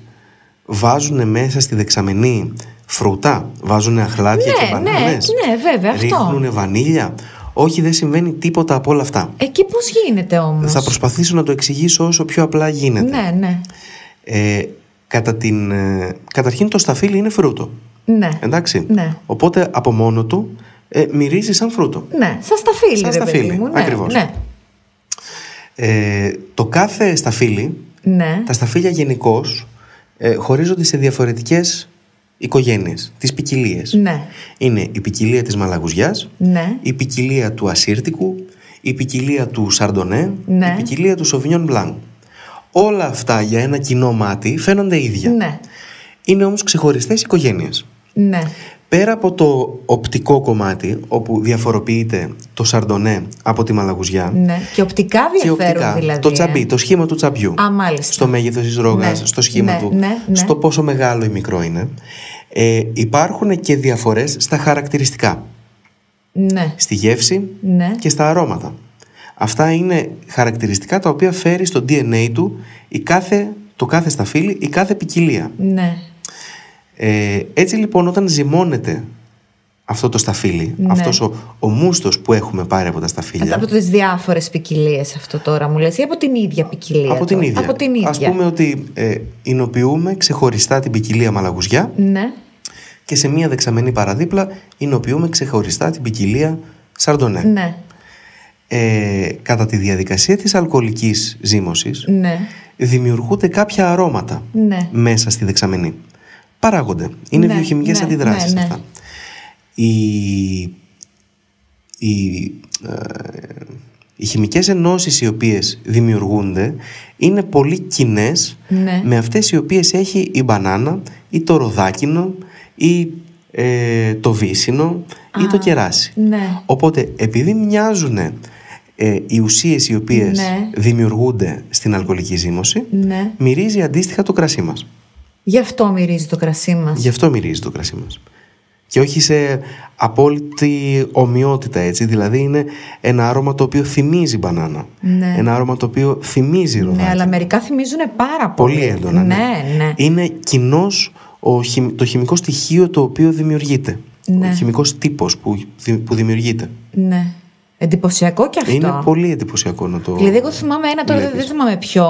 Βάζουν μέσα στη δεξαμενή φρούτα, βάζουν αχλάδια
Ναι,
και
ναι,
μπανάνες,
ναι, βέβαια, αυτό.
ρίχνουν βανίλια. Όχι, δεν συμβαίνει τίποτα από όλα αυτά.
Εκεί πώς γίνεται όμως.
Θα προσπαθήσω να το εξηγήσω όσο πιο απλά γίνεται.
Ναι, ναι.
Ε, κατά την, ε, καταρχήν το σταφύλι είναι φρούτο.
Ναι.
Εντάξει.
Ναι.
Οπότε από μόνο του ε, μυρίζει σαν φρούτο.
Ναι, σαν στα φίλη,
Σαν
ρε παιδί
σταφύλι,
μου. Ναι,
ακριβώς.
Ναι.
Ε, το κάθε σταφύλι,
ναι.
τα σταφύλια γενικώς ε, χωρίζονται σε διαφορετικές οικογένειες, τις ποικιλίες.
Ναι.
Είναι η ποικιλία της μαλαγουζιάς,
Ναι.
η ποικιλία του ασύρτικου, η ποικιλία του σαρντονέ,
Ναι.
η ποικιλία του σοβινιόν μπλάν. Όλα αυτά για ένα κοινό μάτι φαίνονται ίδια.
Ναι.
Είναι όμως ξεχωριστές οικογένειες.
Ναι.
Πέρα από το οπτικό κομμάτι, όπου διαφοροποιείται το σαρντονέ από τη μαλαγουζιά,
Ναι. Και οπτικά
και
διαφέρουν
οπτικά,
δηλαδή.
το
ε.
τσαμπί, το σχήμα του τσαμπιού,
Α, μάλιστα.
στο μέγεθος της ρόγας,
Ναι,
στο σχήμα
ναι,
του,
ναι, ναι.
στο πόσο μεγάλο ή μικρό είναι, ε, υπάρχουν και διαφορές στα χαρακτηριστικά,
Ναι.
στη γεύση
Ναι.
και στα αρώματα. Αυτά είναι χαρακτηριστικά τα οποία φέρει στο DNA του η κάθε, το κάθε σταφύλι, η κάθε ποικιλία.
Ναι.
Ε, έτσι λοιπόν όταν ζυμώνεται αυτό το σταφύλι,
Ναι.
αυτός ο, ο μούστος που έχουμε πάρει από τα σταφύλια,
Από τις διάφορες ποικιλίες αυτό τώρα μου λες, ή από την ίδια ποικιλία.
από την
τώρα.
ίδια.
Από την
Ας
ίδια.
πούμε ότι ε, εινοποιούμε ξεχωριστά την ποικιλία μαλαγουζιά
Ναι.
και σε μία δεξαμενή παραδίπλα εινοποιούμε ξεχωριστά την ποικιλία σαρντονέ.
Ναι.
Ε, κατά τη διαδικασία της αλκοολικής ζύμωσης
Ναι.
δημιουργούνται κάποια αρώματα
Ναι.
μέσα στη δεξαμενή. Παράγονται. Είναι
Ναι,
βιοχημικές
ναι,
αντιδράσεις
ναι, ναι.
αυτά. Οι, οι, ε, οι χημικές ενώσεις οι οποίες δημιουργούνται είναι πολύ κοινές
Ναι.
με αυτές οι οποίες έχει η μπανάνα ή το ροδάκινο ή ε, το βύσινο ή το κεράσι.
Ναι.
Οπότε επειδή μοιάζουν οι ουσίες οι οποίες
Ναι.
δημιουργούνται στην αλκοολική ζύμωση
Ναι.
μυρίζει αντίστοιχα το κρασί μας.
Γι' αυτό μυρίζει το κρασί μας.
Γι' αυτό μυρίζει το κρασί μας. Και όχι σε απόλυτη ομοιότητα έτσι, δηλαδή είναι ένα άρωμα το οποίο θυμίζει μπανάνα.
Ναι.
Ένα άρωμα το οποίο θυμίζει ροδάκι.
Ναι, αλλά μερικά θυμίζουν πάρα πολύ.
Πολύ έντονα. ναι.
Ναι, ναι.
Είναι κοινός το χημικό στοιχείο το οποίο δημιουργείται.
Ναι.
Ο χημικός τύπος που, που δημιουργείται.
ναι. Εντυπωσιακό και αυτό.
Ε- Είναι πολύ εντυπωσιακό να το.
Δηλαδή, εγώ θυμάμαι ένα τώρα, δεν
βλέπεις.
θυμάμαι ποιο,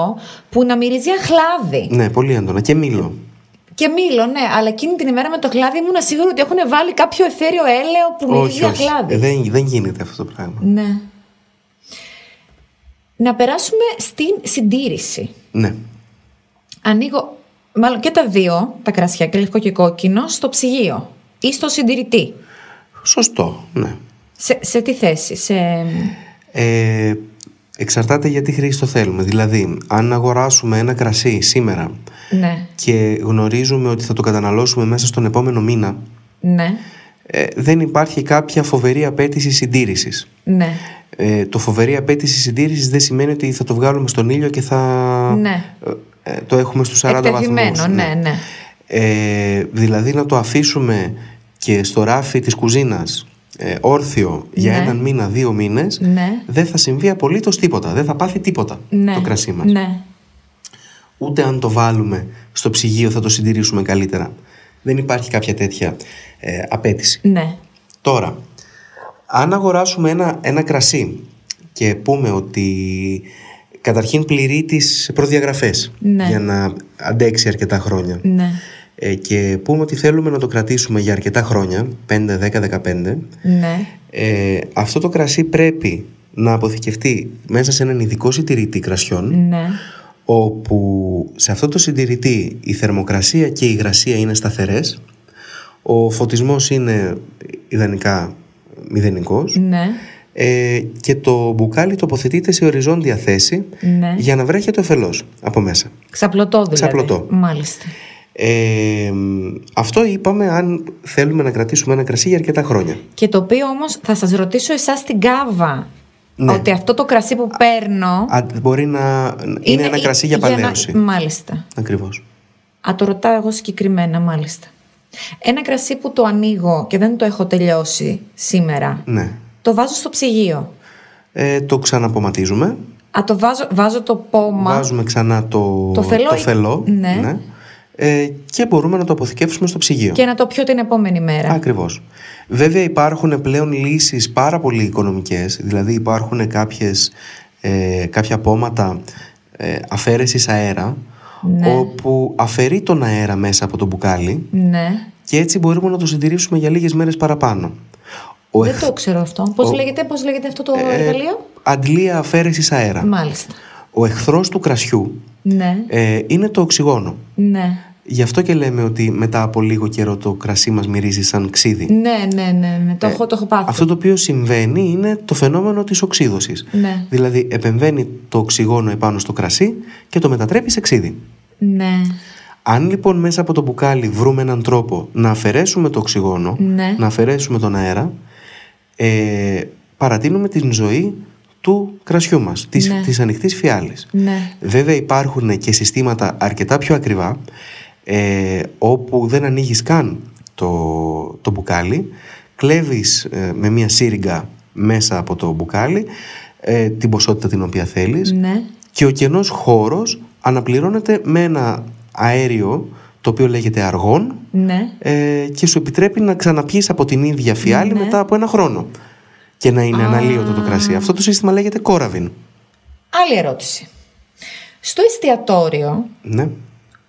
που να μυρίζει αχλάδι.
Ναι, πολύ έντονα. Και μήλο.
Και μήλο, ναι, αλλά εκείνη την ημέρα με το χλάδι ήμουν σίγουρη ότι έχουν βάλει κάποιο εθέριο έλαιο που μυρίζει
όχι, όχι.
αχλάδι.
Ε, δεν, δεν γίνεται αυτό το πράγμα.
Ναι. Να περάσουμε στην συντήρηση.
Ναι.
Ανοίγω, μάλλον και τα δύο, τα κρασιά και λευκό και κόκκινο, στο ψυγείο ή στο συντηρητή.
Σωστό. Ναι.
Σε, σε τι θέση, σε...
Ε, εξαρτάται γιατί χρήση το θέλουμε. Δηλαδή, αν αγοράσουμε ένα κρασί σήμερα
Ναι,
και γνωρίζουμε ότι θα το καταναλώσουμε μέσα στον επόμενο μήνα,
ναι,
ε, δεν υπάρχει κάποια φοβερή απέτηση συντήρησης.
ναι,
Ε, το φοβερή απέτηση συντήρησης δεν σημαίνει ότι θα το βγάλουμε στον ήλιο και θα
Ναι.
ε, ε, το έχουμε στους 40
Εκτεθειμένο,
βαθμούς.
ναι, ναι.
Ε, δηλαδή να το αφήσουμε και στο ράφι της κουζίνας ε, όρθιο για
Ναι.
έναν μήνα, δύο μήνες
Ναι.
δεν θα συμβεί απολύτως τίποτα, δεν θα πάθει τίποτα
ναι.
το κρασί μας.
Ναι,
Ούτε αν το βάλουμε στο ψυγείο θα το συντηρήσουμε καλύτερα. Δεν υπάρχει κάποια τέτοια ε, απέτηση.
ναι,
Τώρα, αν αγοράσουμε ένα, ένα κρασί και πούμε ότι καταρχήν πληρεί τις προδιαγραφές
Ναι.
για να αντέξει αρκετά χρόνια
ναι,
ε, και πούμε ότι θέλουμε να το κρατήσουμε για αρκετά χρόνια, 5, 10, 15,
ναι,
ε, αυτό το κρασί πρέπει να αποθηκευτεί μέσα σε έναν ειδικό συντηρητή κρασιών
ναι,
όπου σε αυτό το συντηρητή η θερμοκρασία και η υγρασία είναι σταθερές, ο φωτισμός είναι ιδανικά μηδενικός
ναι,
ε, και το μπουκάλι τοποθετείται σε οριζόντια θέση
ναι.
για να βρέχεται ωφελώς από μέσα.
Ξαπλωτό δηλαδή.
Ξαπλωτό.
Μάλιστα.
Ε, μ, αυτό είπαμε αν θέλουμε να κρατήσουμε ένα κρασί για αρκετά χρόνια.
Και το οποίο όμως θα σας ρωτήσω εσάς την κάβα.
Ναι.
Ότι αυτό το κρασί που παίρνω.
Α, μπορεί να είναι, ένα κρασί για
να-
παλαίωση.
μάλιστα.
Ακριβώς.
Α, το ρωτάω εγώ συγκεκριμένα μάλιστα. Ένα κρασί που το ανοίγω και δεν το έχω τελειώσει σήμερα.
Ναι.
Το βάζω στο ψυγείο.
Ε, το ξαναποματίζουμε.
Α, το βάζω, βάζω το πόμα.
Βάζουμε ξανά το,
Το φελό ή- ναι.
Ε, και μπορούμε να το αποθηκεύσουμε στο ψυγείο.
Και να το πιω την επόμενη μέρα.
Ακριβώς. Βέβαια υπάρχουν πλέον λύσεις πάρα πολύ οικονομικές, δηλαδή υπάρχουν κάποιες, ε, κάποια απόματα ε, αφαίρεσης αέρα,
Ναι.
όπου αφαιρεί τον αέρα μέσα από το μπουκάλι
Ναι.
και έτσι μπορούμε να το συντηρήσουμε για λίγες μέρες παραπάνω. Ο
Δεν
εχ-
το ξέρω αυτό. Πώς
ε, ο-
λέγεται, πώς λέγεται αυτό το
ε,
εργαλείο.
Αντλία αφαίρεσης αέρα.
Μάλιστα.
Ο εχθρός του κρασιού
Ναι.
ε, είναι το οξυγόνο.
Ναι.
Γι' αυτό και λέμε ότι μετά από λίγο καιρό το κρασί μας μυρίζει σαν ξύδι.
Ναι, ναι, ναι. ναι. Το, έχω, το έχω πάθει.
ε, Αυτό το οποίο συμβαίνει είναι το φαινόμενο της οξύδωσης.
Ναι.
Δηλαδή επεμβαίνει το οξυγόνο επάνω στο κρασί και το μετατρέπει σε ξύδι.
Ναι.
Αν λοιπόν μέσα από το μπουκάλι βρούμε έναν τρόπο να αφαιρέσουμε το οξυγόνο,
Ναι.
να αφαιρέσουμε τον αέρα, ε, παρατείνουμε την ζωή του κρασιού μας, της,
Ναι.
της ανοιχτής φιάλης.
Ναι.
Βέβαια υπάρχουν και συστήματα αρκετά πιο ακριβά ε, όπου δεν ανοίγεις καν το, το μπουκάλι, κλέβεις ε, με μια σύριγγα μέσα από το μπουκάλι ε, την ποσότητα την οποία θέλεις
Ναι.
και ο κενός χώρος αναπληρώνεται με ένα αέριο το οποίο λέγεται αργόν
Ναι.
ε, και σου επιτρέπει να ξαναπιείς από την ίδια φιάλη
Ναι.
μετά από ένα χρόνο και να είναι αναλύωτο το κρασί. Αυτό το σύστημα λέγεται κόραβιν.
Άλλη ερώτηση. Στο εστιατόριο,
Ναι.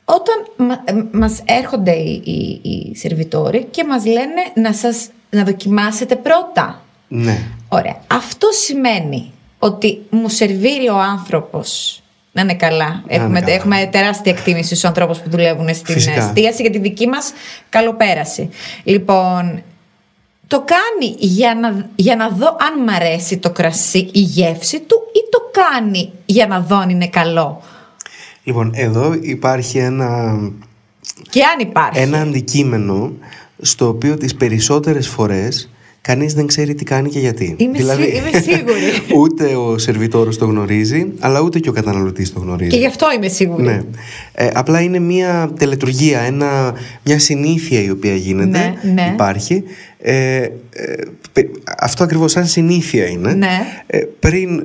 όταν μα, ε, μας έρχονται οι, οι, οι σερβιτόροι και μας λένε να, σας, να δοκιμάσετε πρώτα.
Ναι.
Ωραία. Αυτό σημαίνει ότι μου σερβίρει ο άνθρωπος να είναι καλά. έχουμε,
καλά.
έχουμε τεράστια εκτίμηση στους ανθρώπους που δουλεύουν στην
Φυσικά.
εστίαση για τη δική μας καλοπέραση. Λοιπόν, το κάνει για να, για να δω αν μ' αρέσει το κρασί, η γεύση του ή το κάνει για να δω αν είναι καλό.
Λοιπόν, εδώ υπάρχει ένα,
Και αν υπάρχει.
ένα αντικείμενο στο οποίο τις περισσότερες φορές κανείς δεν ξέρει τι κάνει και γιατί. Δηλαδή,
Είμαι σί- είμαι σίγουρη.
ούτε ο σερβιτόρος το γνωρίζει, αλλά ούτε και ο καταναλωτής το γνωρίζει.
Και γι' αυτό είμαι σίγουρη.
Ναι. Ε, απλά είναι μια τελετουργία, ένα, μια συνήθεια η οποία γίνεται,
Ναι, ναι.
υπάρχει. Ε, ε, πε- αυτό ακριβώς σαν συνήθεια είναι.
Ναι.
Ε, πριν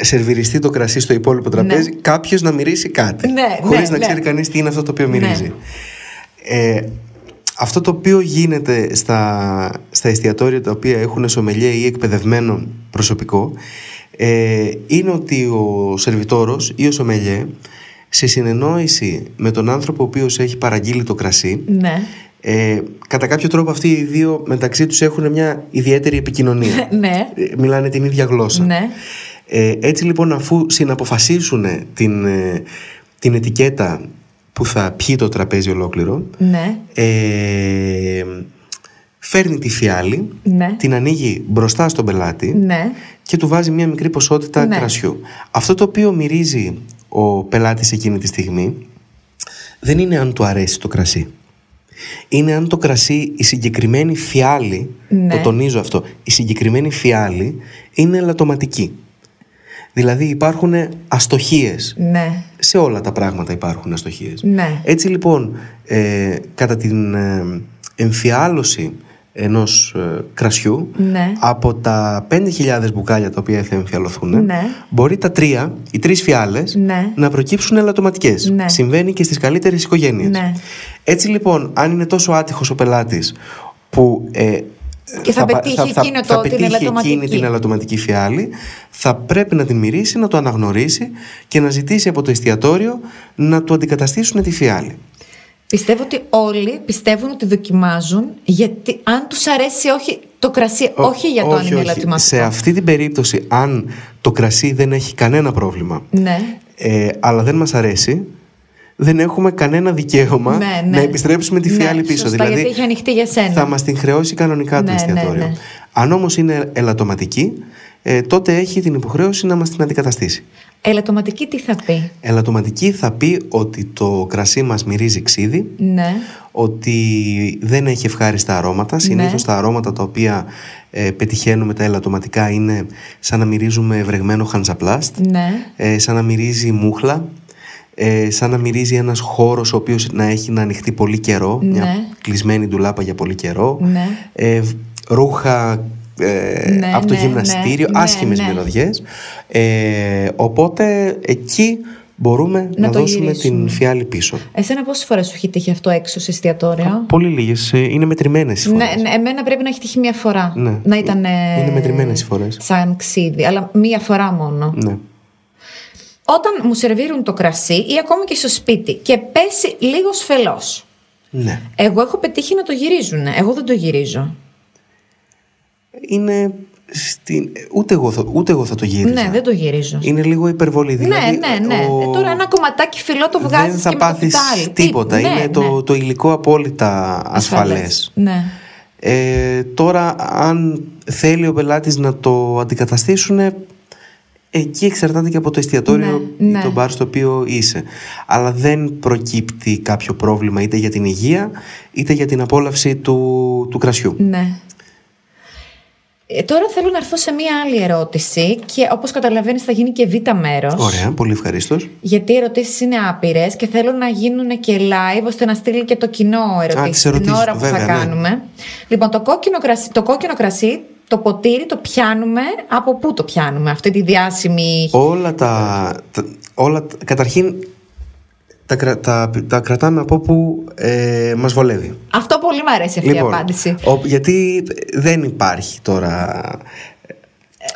ε, σερβιριστεί το κρασί στο υπόλοιπο τραπέζι, κάποιος να μυρίσει κάτι.
Ναι, ναι,
χωρίς να
ναι.
ξέρει κανείς τι είναι αυτό το οποίο
Ναι.
μυρίζει. Ε, αυτό το οποίο γίνεται στα, στα εστιατόρια τα οποία έχουν σομελιέ ή εκπαιδευμένο προσωπικό ε, είναι ότι ο σερβιτόρος ή ο σομελιέ σε συνεννόηση με τον άνθρωπο ο οποίος έχει παραγγείλει το κρασί
Ναι.
ε, κατά κάποιο τρόπο αυτοί οι δύο μεταξύ τους έχουν μια ιδιαίτερη επικοινωνία.
Ναι.
Ε, Μιλάνε την ίδια γλώσσα.
Ναι.
Ε, έτσι λοιπόν αφού συναποφασίσουν την, ε, την ετικέτα που θα πιει το τραπέζι ολόκληρο
Ναι.
ε, φέρνει τη φιάλη,
Ναι.
την ανοίγει μπροστά στον πελάτη
Ναι.
και του βάζει μια μικρή ποσότητα
Ναι.
κρασιού. Αυτό το οποίο μυρίζει ο πελάτης εκείνη τη στιγμή δεν είναι αν του αρέσει το κρασί. Είναι αν το κρασί, η συγκεκριμένη φιάλη,
Ναι.
το τονίζω αυτό, η συγκεκριμένη φιάλη είναι ελαττωματική. Δηλαδή υπάρχουν αστοχίες
Ναι.
σε όλα τα πράγματα υπάρχουν αστοχίες.
Ναι.
Έτσι λοιπόν, ε, κατά την ε, εμφιάλωση ενός ε, κρασιού,
Ναι.
από τα 5.000 μπουκάλια τα οποία θα εμφιαλωθούν,
Ναι.
μπορεί τα τρία, οι τρεις φιάλες,
Ναι.
να προκύψουν ελαττωματικές.
Ναι.
Συμβαίνει και στις καλύτερες οικογένειες.
Ναι.
Έτσι λοιπόν, αν είναι τόσο άτυχος ο πελάτης που... ε,
Και θα
πα-
πετύχει εκείνο το-
θα
την
πετύχει
ελαττωματική.
εκείνη την ελαττωματική φιάλη, θα πρέπει να την μυρίσει, να το αναγνωρίσει και να ζητήσει από το εστιατόριο να του αντικαταστήσουν τη φιάλη.
Πιστεύω ότι όλοι πιστεύουν ότι δοκιμάζουν γιατί αν τους αρέσει όχι το κρασί,
Ό-
όχι για το αν είναι ελαττωματικό.
Σε αυτή την περίπτωση, αν το κρασί δεν έχει κανένα πρόβλημα,
Ναι.
ε, αλλά δεν μας αρέσει, δεν έχουμε κανένα δικαίωμα
Ναι, ναι.
να επιστρέψουμε τη
Ναι,
φιάλη πίσω. Δηλαδή,
σωστά, γιατί έχει ανοιχτή για σένα.
Θα μας την χρεώσει κανονικά το
Ναι, ναι,
εστιατόριο.
ναι.
Αν όμως είναι ελαττωματική, ε, τότε έχει την υποχρέωση να μας την αντικαταστήσει.
Ελαττωματική τι θα πει.
Ελαττωματική θα πει ότι το κρασί μας μυρίζει ξύδι,
Ναι.
ότι δεν έχει ευχάριστα αρώματα. Συνήθως τα αρώματα τα οποία ε, πετυχαίνουμε τα ελαττωματικά είναι σαν να μυρίζουμε βρεγμένο χανζαπλάστ,
Ναι.
ε, σαν να μυρίζει μούχλα, ε, σαν να μυρίζει ένας χώρος ο οποίος να έχει να ανοιχτεί πολύ καιρό, μια
Ναι.
κλεισμένη ντουλάπα για πολύ καιρό,
Ναι.
ε, β- ρούχα ε,
Ναι,
από το
ναι,
γυμναστήριο,
ναι, ναι,
άσχημες
ναι.
μυρωδιές. Ε, οπότε εκεί μπορούμε να,
το
δώσουμε την
γυρίσουμε.
φιάλη πίσω.
Εσένα πόσες φορές σου έχει τύχει αυτό έξω σε εστιατόριο.
Πολύ λίγες, ε, είναι μετρημένες οι
Ναι,
φορές.
ναι, εμένα πρέπει να έχει τύχει μία φορά.
Ναι.
Να ήταν. ε,
Είναι μετρημένες οι φορές.
Σαν ξύδι, αλλά μία φορά μόνο.
Ναι.
Όταν μου σερβίρουν το κρασί ή ακόμη και στο σπίτι και πέσει λίγο σφελός.
ναι.
Εγώ έχω πετύχει να το γυρίζουν. Εγώ δεν το γυρίζω.
Είναι στην... ούτε, εγώ θα, ούτε εγώ θα το γύριζα.
Ναι, δεν το γυρίζω.
Είναι λίγο υπερβολή. δηλαδή,
ναι, ναι, ναι.
ο-
Ε, τώρα ένα κομματάκι φυλλό το βγάζει.
Δεν θα
και με το
πάθεις
φυτάλι. Τι-
τίποτα.
ναι,
είναι
ναι.
Το, το υλικό απόλυτα ασφαλές.
Ναι.
Ε, τώρα, αν θέλει ο πελάτης να το αντικαταστήσουν, εκεί εξαρτάται και από το εστιατόριο
Ναι,
ή
ναι.
το μπαρ στο οποίο είσαι. Αλλά δεν προκύπτει κάποιο πρόβλημα είτε για την υγεία είτε για την απόλαυση του, του κρασιού.
Ναι. Ε, τώρα θέλω να έρθω σε μία άλλη ερώτηση και όπως καταλαβαίνεις θα γίνει και β' μέρος.
Ωραία, πολύ ευχαρίστως.
Γιατί οι ερωτήσεις είναι άπειρες και θέλω να γίνουν και live ώστε να στείλει και το κοινό
τις
ερωτήσεις την
ερωτήσεις,
ώρα που
βέβαια,
θα
ναι.
κάνουμε. Λοιπόν, το κόκκινο, κρασί, το κόκκινο κρασί, το ποτήρι το πιάνουμε. Από πού το πιάνουμε, αυτή τη διάσημη.
Όλα τα, τα- όλα, τα- καταρχήν τα, κρα- τα, τα κρατάμε από όπου ε, μας βολεύει.
Αυτό πολύ μου αρέσει αυτή η απάντηση.
Λοιπόν, ο- γιατί δεν υπάρχει τώρα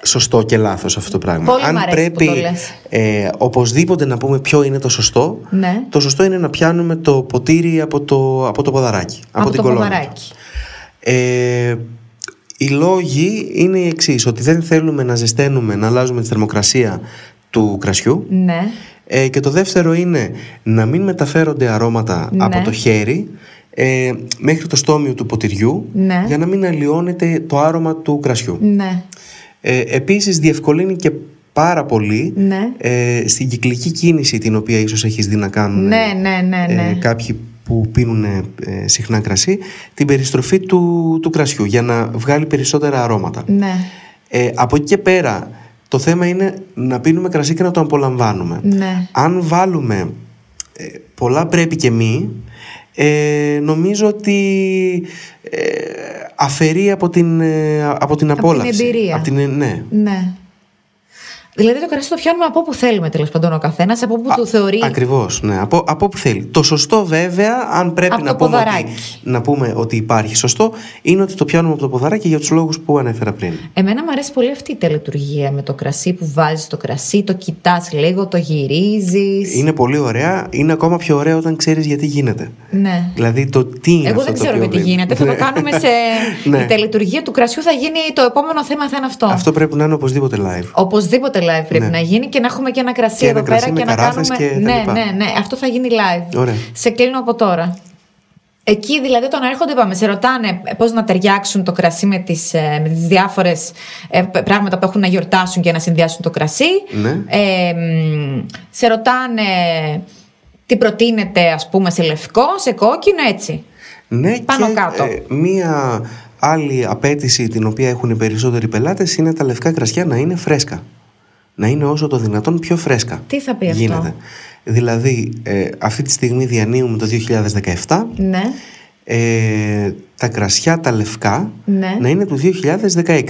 σωστό και λάθος αυτό το πράγμα.
Πολύ μ'
Αν
αρέσει
πρέπει
που το λες.
ε, οπωσδήποτε να πούμε ποιο είναι το σωστό,
Ναι.
το σωστό είναι να πιάνουμε το ποτήρι από το, από το ποδαράκι, από,
από
την
το
κολόνα.
ποδαράκι.
Ε, οι λόγοι είναι οι εξής: Ότι δεν θέλουμε να ζεσταίνουμε, να αλλάζουμε τη θερμοκρασία του κρασιού.
Ναι.
Ε, και το δεύτερο είναι να μην μεταφέρονται αρώματα
Ναι.
από το χέρι ε, μέχρι το στόμιο του ποτηριού
Ναι.
για να μην αλλοιώνεται το άρωμα του κρασιού.
Ναι.
Ε, επίσης διευκολύνει και πάρα πολύ
Ναι.
ε, στην κυκλική κίνηση την οποία ίσως έχεις δει να κάνουν
Ναι, ναι, ναι, ναι.
ε, κάποιοι που πίνουν ε, συχνά κρασί την περιστροφή του, του κρασιού για να βγάλει περισσότερα αρώματα.
Ναι.
Ε, από εκεί και πέρα το θέμα είναι να πίνουμε κρασί και να το απολαμβάνουμε.
Ναι.
Αν βάλουμε ε, πολλά πρέπει και μη, ε, νομίζω ότι ε, αφαιρεί από την, ε, από την απόλαυση.
εμπειρία.
Από την, ε, ναι.
Ναι. Δηλαδή το κρασί το πιάνουμε από όπου θέλουμε τέλος πάντων ο καθένας, από όπου το θεωρεί.
Ακριβώς, ναι. Από, από όπου θέλει. Το σωστό βέβαια, αν πρέπει
Από
να
το
πούμε, ότι,
ποδαράκι.
να πούμε ότι υπάρχει σωστό, είναι ότι το πιάνουμε από το ποδαράκι για τους λόγους που ανέφερα πριν.
Εμένα μου αρέσει πολύ αυτή η τελετουργία με το κρασί που βάζεις το κρασί, το κοιτάς λίγο, το γυρίζεις.
Είναι πολύ ωραία. Είναι ακόμα πιο ωραία όταν ξέρεις γιατί γίνεται.
Ναι.
Δηλαδή το τι είναι
Εγώ
αυτό
δεν
το
ξέρω
οποίο
και τι
βλέπει.
γίνεται. Θα
Ναι.
το κάνουμε σε.
Ναι.
Η τελετουργία του κρασιού θα γίνει το επόμενο θέμα, θα είναι αυτό.
Αυτό πρέπει να είναι οπωσδήποτε live.
Οπωσδήποτε live πρέπει
Ναι.
να γίνει και να έχουμε και ένα κρασί
Και
εδώ
ένα κρασί
πέρα
με
και να
καράφες
κάνουμε.
και τα
ναι,
λοιπά.
ναι, ναι. Αυτό θα γίνει live.
Ωραία.
Σε κλείνω από τώρα. Εκεί δηλαδή όταν έρχονται πάμε, σε ρωτάνε πώς να ταιριάξουν το κρασί με τις, ε, με τις διάφορες ε, π- πράγματα που έχουν να γιορτάσουν και να συνδυάσουν το κρασί.
Ναι.
Ε, μ, σε ρωτάνε τι προτείνεται ας πούμε σε λευκό, σε κόκκινο έτσι.
Ναι,
Πάνω
και,
κάτω.
μία άλλη απέτηση την οποία έχουν οι περισσότεροι πελάτες είναι τα λευκά κρασιά να είναι φρέσκα. Να είναι όσο το δυνατόν πιο φρέσκα.
Τι θα πει αυτό?
Γίνεται. Δηλαδή, ε, αυτή τη στιγμή διανύουμε το 2017.
Ναι,
Ε, τα κρασιά τα λευκά
Ναι.
να είναι του 2016.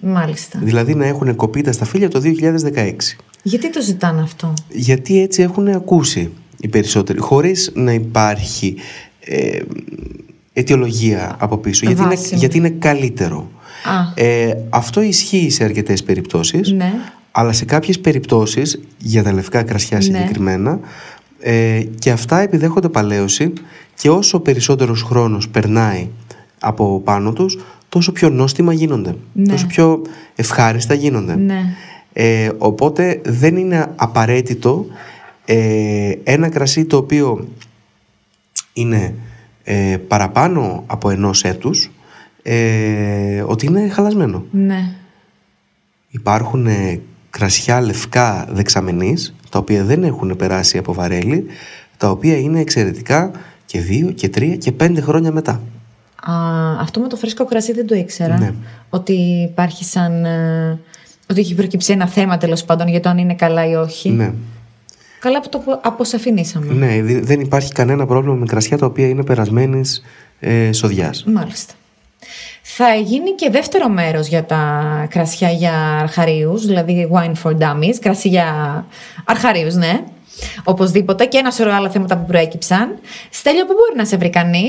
μάλιστα.
Δηλαδή να έχουν κοπεί τα σταφύλια το 2016.
Γιατί το ζητάνε αυτό.
Γιατί έτσι έχουν ακούσει οι περισσότεροι, χωρίς να υπάρχει ε, αιτιολογία από πίσω, γιατί είναι,
Βάσιμη.
γιατί είναι καλύτερο.
Α,
Ε, αυτό ισχύει σε αρκετές περιπτώσεις,
ναι.
αλλά σε κάποιες περιπτώσεις, για τα λευκά κρασιά
Ναι.
συγκεκριμένα, ε, και αυτά επιδέχονται παλαίωση και όσο περισσότερος χρόνος περνάει από πάνω τους, τόσο πιο νόστιμα γίνονται,
Ναι.
τόσο πιο ευχάριστα γίνονται.
Ναι.
Ε, οπότε δεν είναι απαραίτητο ε, ένα κρασί το οποίο είναι ε, παραπάνω από ενός έτους ε, ότι είναι χαλασμένο.
Ναι.
Υπάρχουν ε, κρασιά λευκά δεξαμενής τα οποία δεν έχουν περάσει από βαρέλι τα οποία είναι εξαιρετικά και δύο και τρία και πέντε χρόνια μετά.
Α, αυτό με το φρέσκο κρασί δεν το ήξερα.
Ναι.
Ότι υπάρχει σαν. ε, ότι έχει προκύψει ένα θέμα τέλος πάντων για το αν είναι καλά ή όχι.
Ναι.
Καλά που το αποσαφηνίσαμε.
Ναι, δε- δεν υπάρχει κανένα πρόβλημα με κρασιά τα οποία είναι περασμένης ε, σοδιάς.
Μάλιστα. Θα γίνει και δεύτερο μέρος για τα κρασιά για αρχαρίους, δηλαδή wine for dummies, κρασί για αρχαρίους, ναι. Οπωσδήποτε και ένα σωρό άλλα θέματα που προέκυψαν. Στέλιο, πού μπορεί να σε βρει κανείς.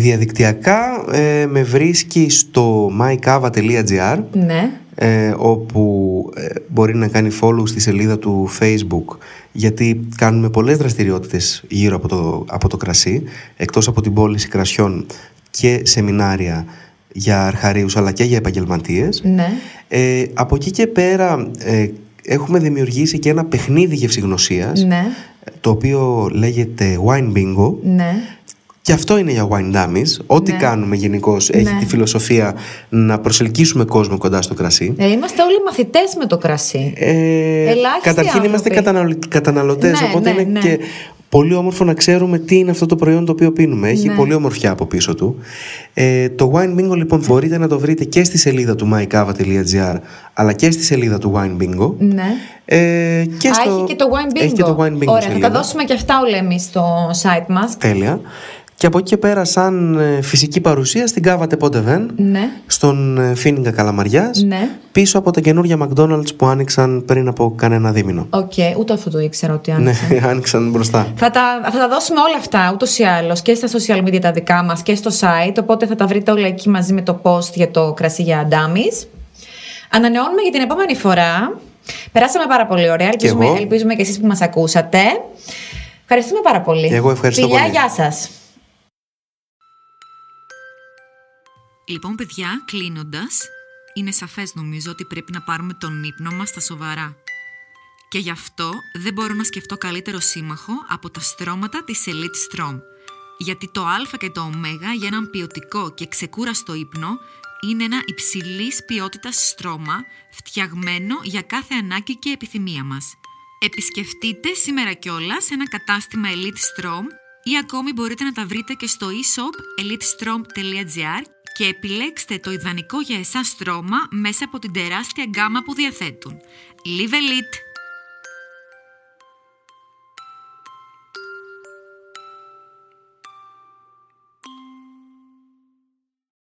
Διαδικτυακά ε, με βρίσκει στο mykava.gr
Ναι.
ε, όπου ε, μπορεί να κάνει follow στη σελίδα του Facebook γιατί κάνουμε πολλές δραστηριότητες γύρω από το, από το κρασί εκτός από την πώληση κρασιών και σεμινάρια για αρχαρίους αλλά και για επαγγελματίες
Ναι.
ε, από εκεί και πέρα ε, έχουμε δημιουργήσει και ένα παιχνίδι γευσηγνωσίας
Ναι.
το οποίο λέγεται Wine Bingo
Ναι.
και αυτό είναι για wine dummies. Ό,τι κάνουμε γενικώ έχει
Ναι.
τη φιλοσοφία να προσελκύσουμε κόσμο κοντά στο κρασί.
Ε, είμαστε όλοι μαθητές με το κρασί.
Ε,
Ελάχιστοι
καταρχήν
άνθρωποι.
είμαστε καταναλωτές,
Ναι,
οπότε
ναι,
είναι
ναι.
και πολύ όμορφο να ξέρουμε τι είναι αυτό το προϊόν το οποίο πίνουμε. Έχει
Ναι.
πολύ ομορφιά από πίσω του. Ε, το Wine Bingo λοιπόν μπορείτε να το βρείτε και στη σελίδα του mykava.gr αλλά και στη σελίδα του Wine Bingo.
Ναι.
Ε, και
Α,
στο...
έχει και το wine bingo.
Έχει και το Wine Bingo
Ωραία, θα
σελίδα.
τα δώσουμε και αυτά όλα εμείς στο site μας.
Τέλεια. Και από εκεί και πέρα σαν ε, φυσική παρουσία στην Κάβατε Πόντεβεν.
Ναι.
στον ε, Φίνιγκα Καλαμαριάς
Ναι.
πίσω από τα καινούργια McDonald's που άνοιξαν πριν από κανένα δίμηνο.
Οκ, ούτε αυτό το ήξερα ότι αν
Ναι, άνοιξαν μπροστά.
Θα τα, θα τα δώσουμε όλα αυτά ούτως ή άλλως και στα social media τα δικά μας και στο site. Οπότε θα τα βρείτε όλα εκεί μαζί με το post για το κρασί για αντάμις. Ανανεώνουμε για την επόμενη φορά. Περάσαμε πάρα πολύ ωραία. Ελπίζουμε,
εγώ.
ελπίζουμε και εσείς που μας ακούσατε. Ευχαριστούμε πάρα πολύ.
Και εγώ ευχαριστώ
Φιλιά,
πολύ.
γεια σας.
Λοιπόν, παιδιά, κλείνοντας, είναι σαφές νομίζω ότι πρέπει να πάρουμε τον ύπνο μας στα σοβαρά. Και γι' αυτό δεν μπορώ να σκεφτώ καλύτερο σύμμαχο από τα στρώματα της Elite Strom. Γιατί το Α και το Ω για έναν ποιοτικό και ξεκούραστο ύπνο είναι ένα υψηλής ποιότητας στρώμα φτιαγμένο για κάθε ανάγκη και επιθυμία μας. Επισκεφτείτε σήμερα κιόλας ένα κατάστημα Elite Strom ή ακόμη μπορείτε να τα βρείτε και στο e-shop elitestrom.gr και επιλέξτε το ιδανικό για εσάς στρώμα μέσα από την τεράστια γκάμα που διαθέτουν. Live Elite!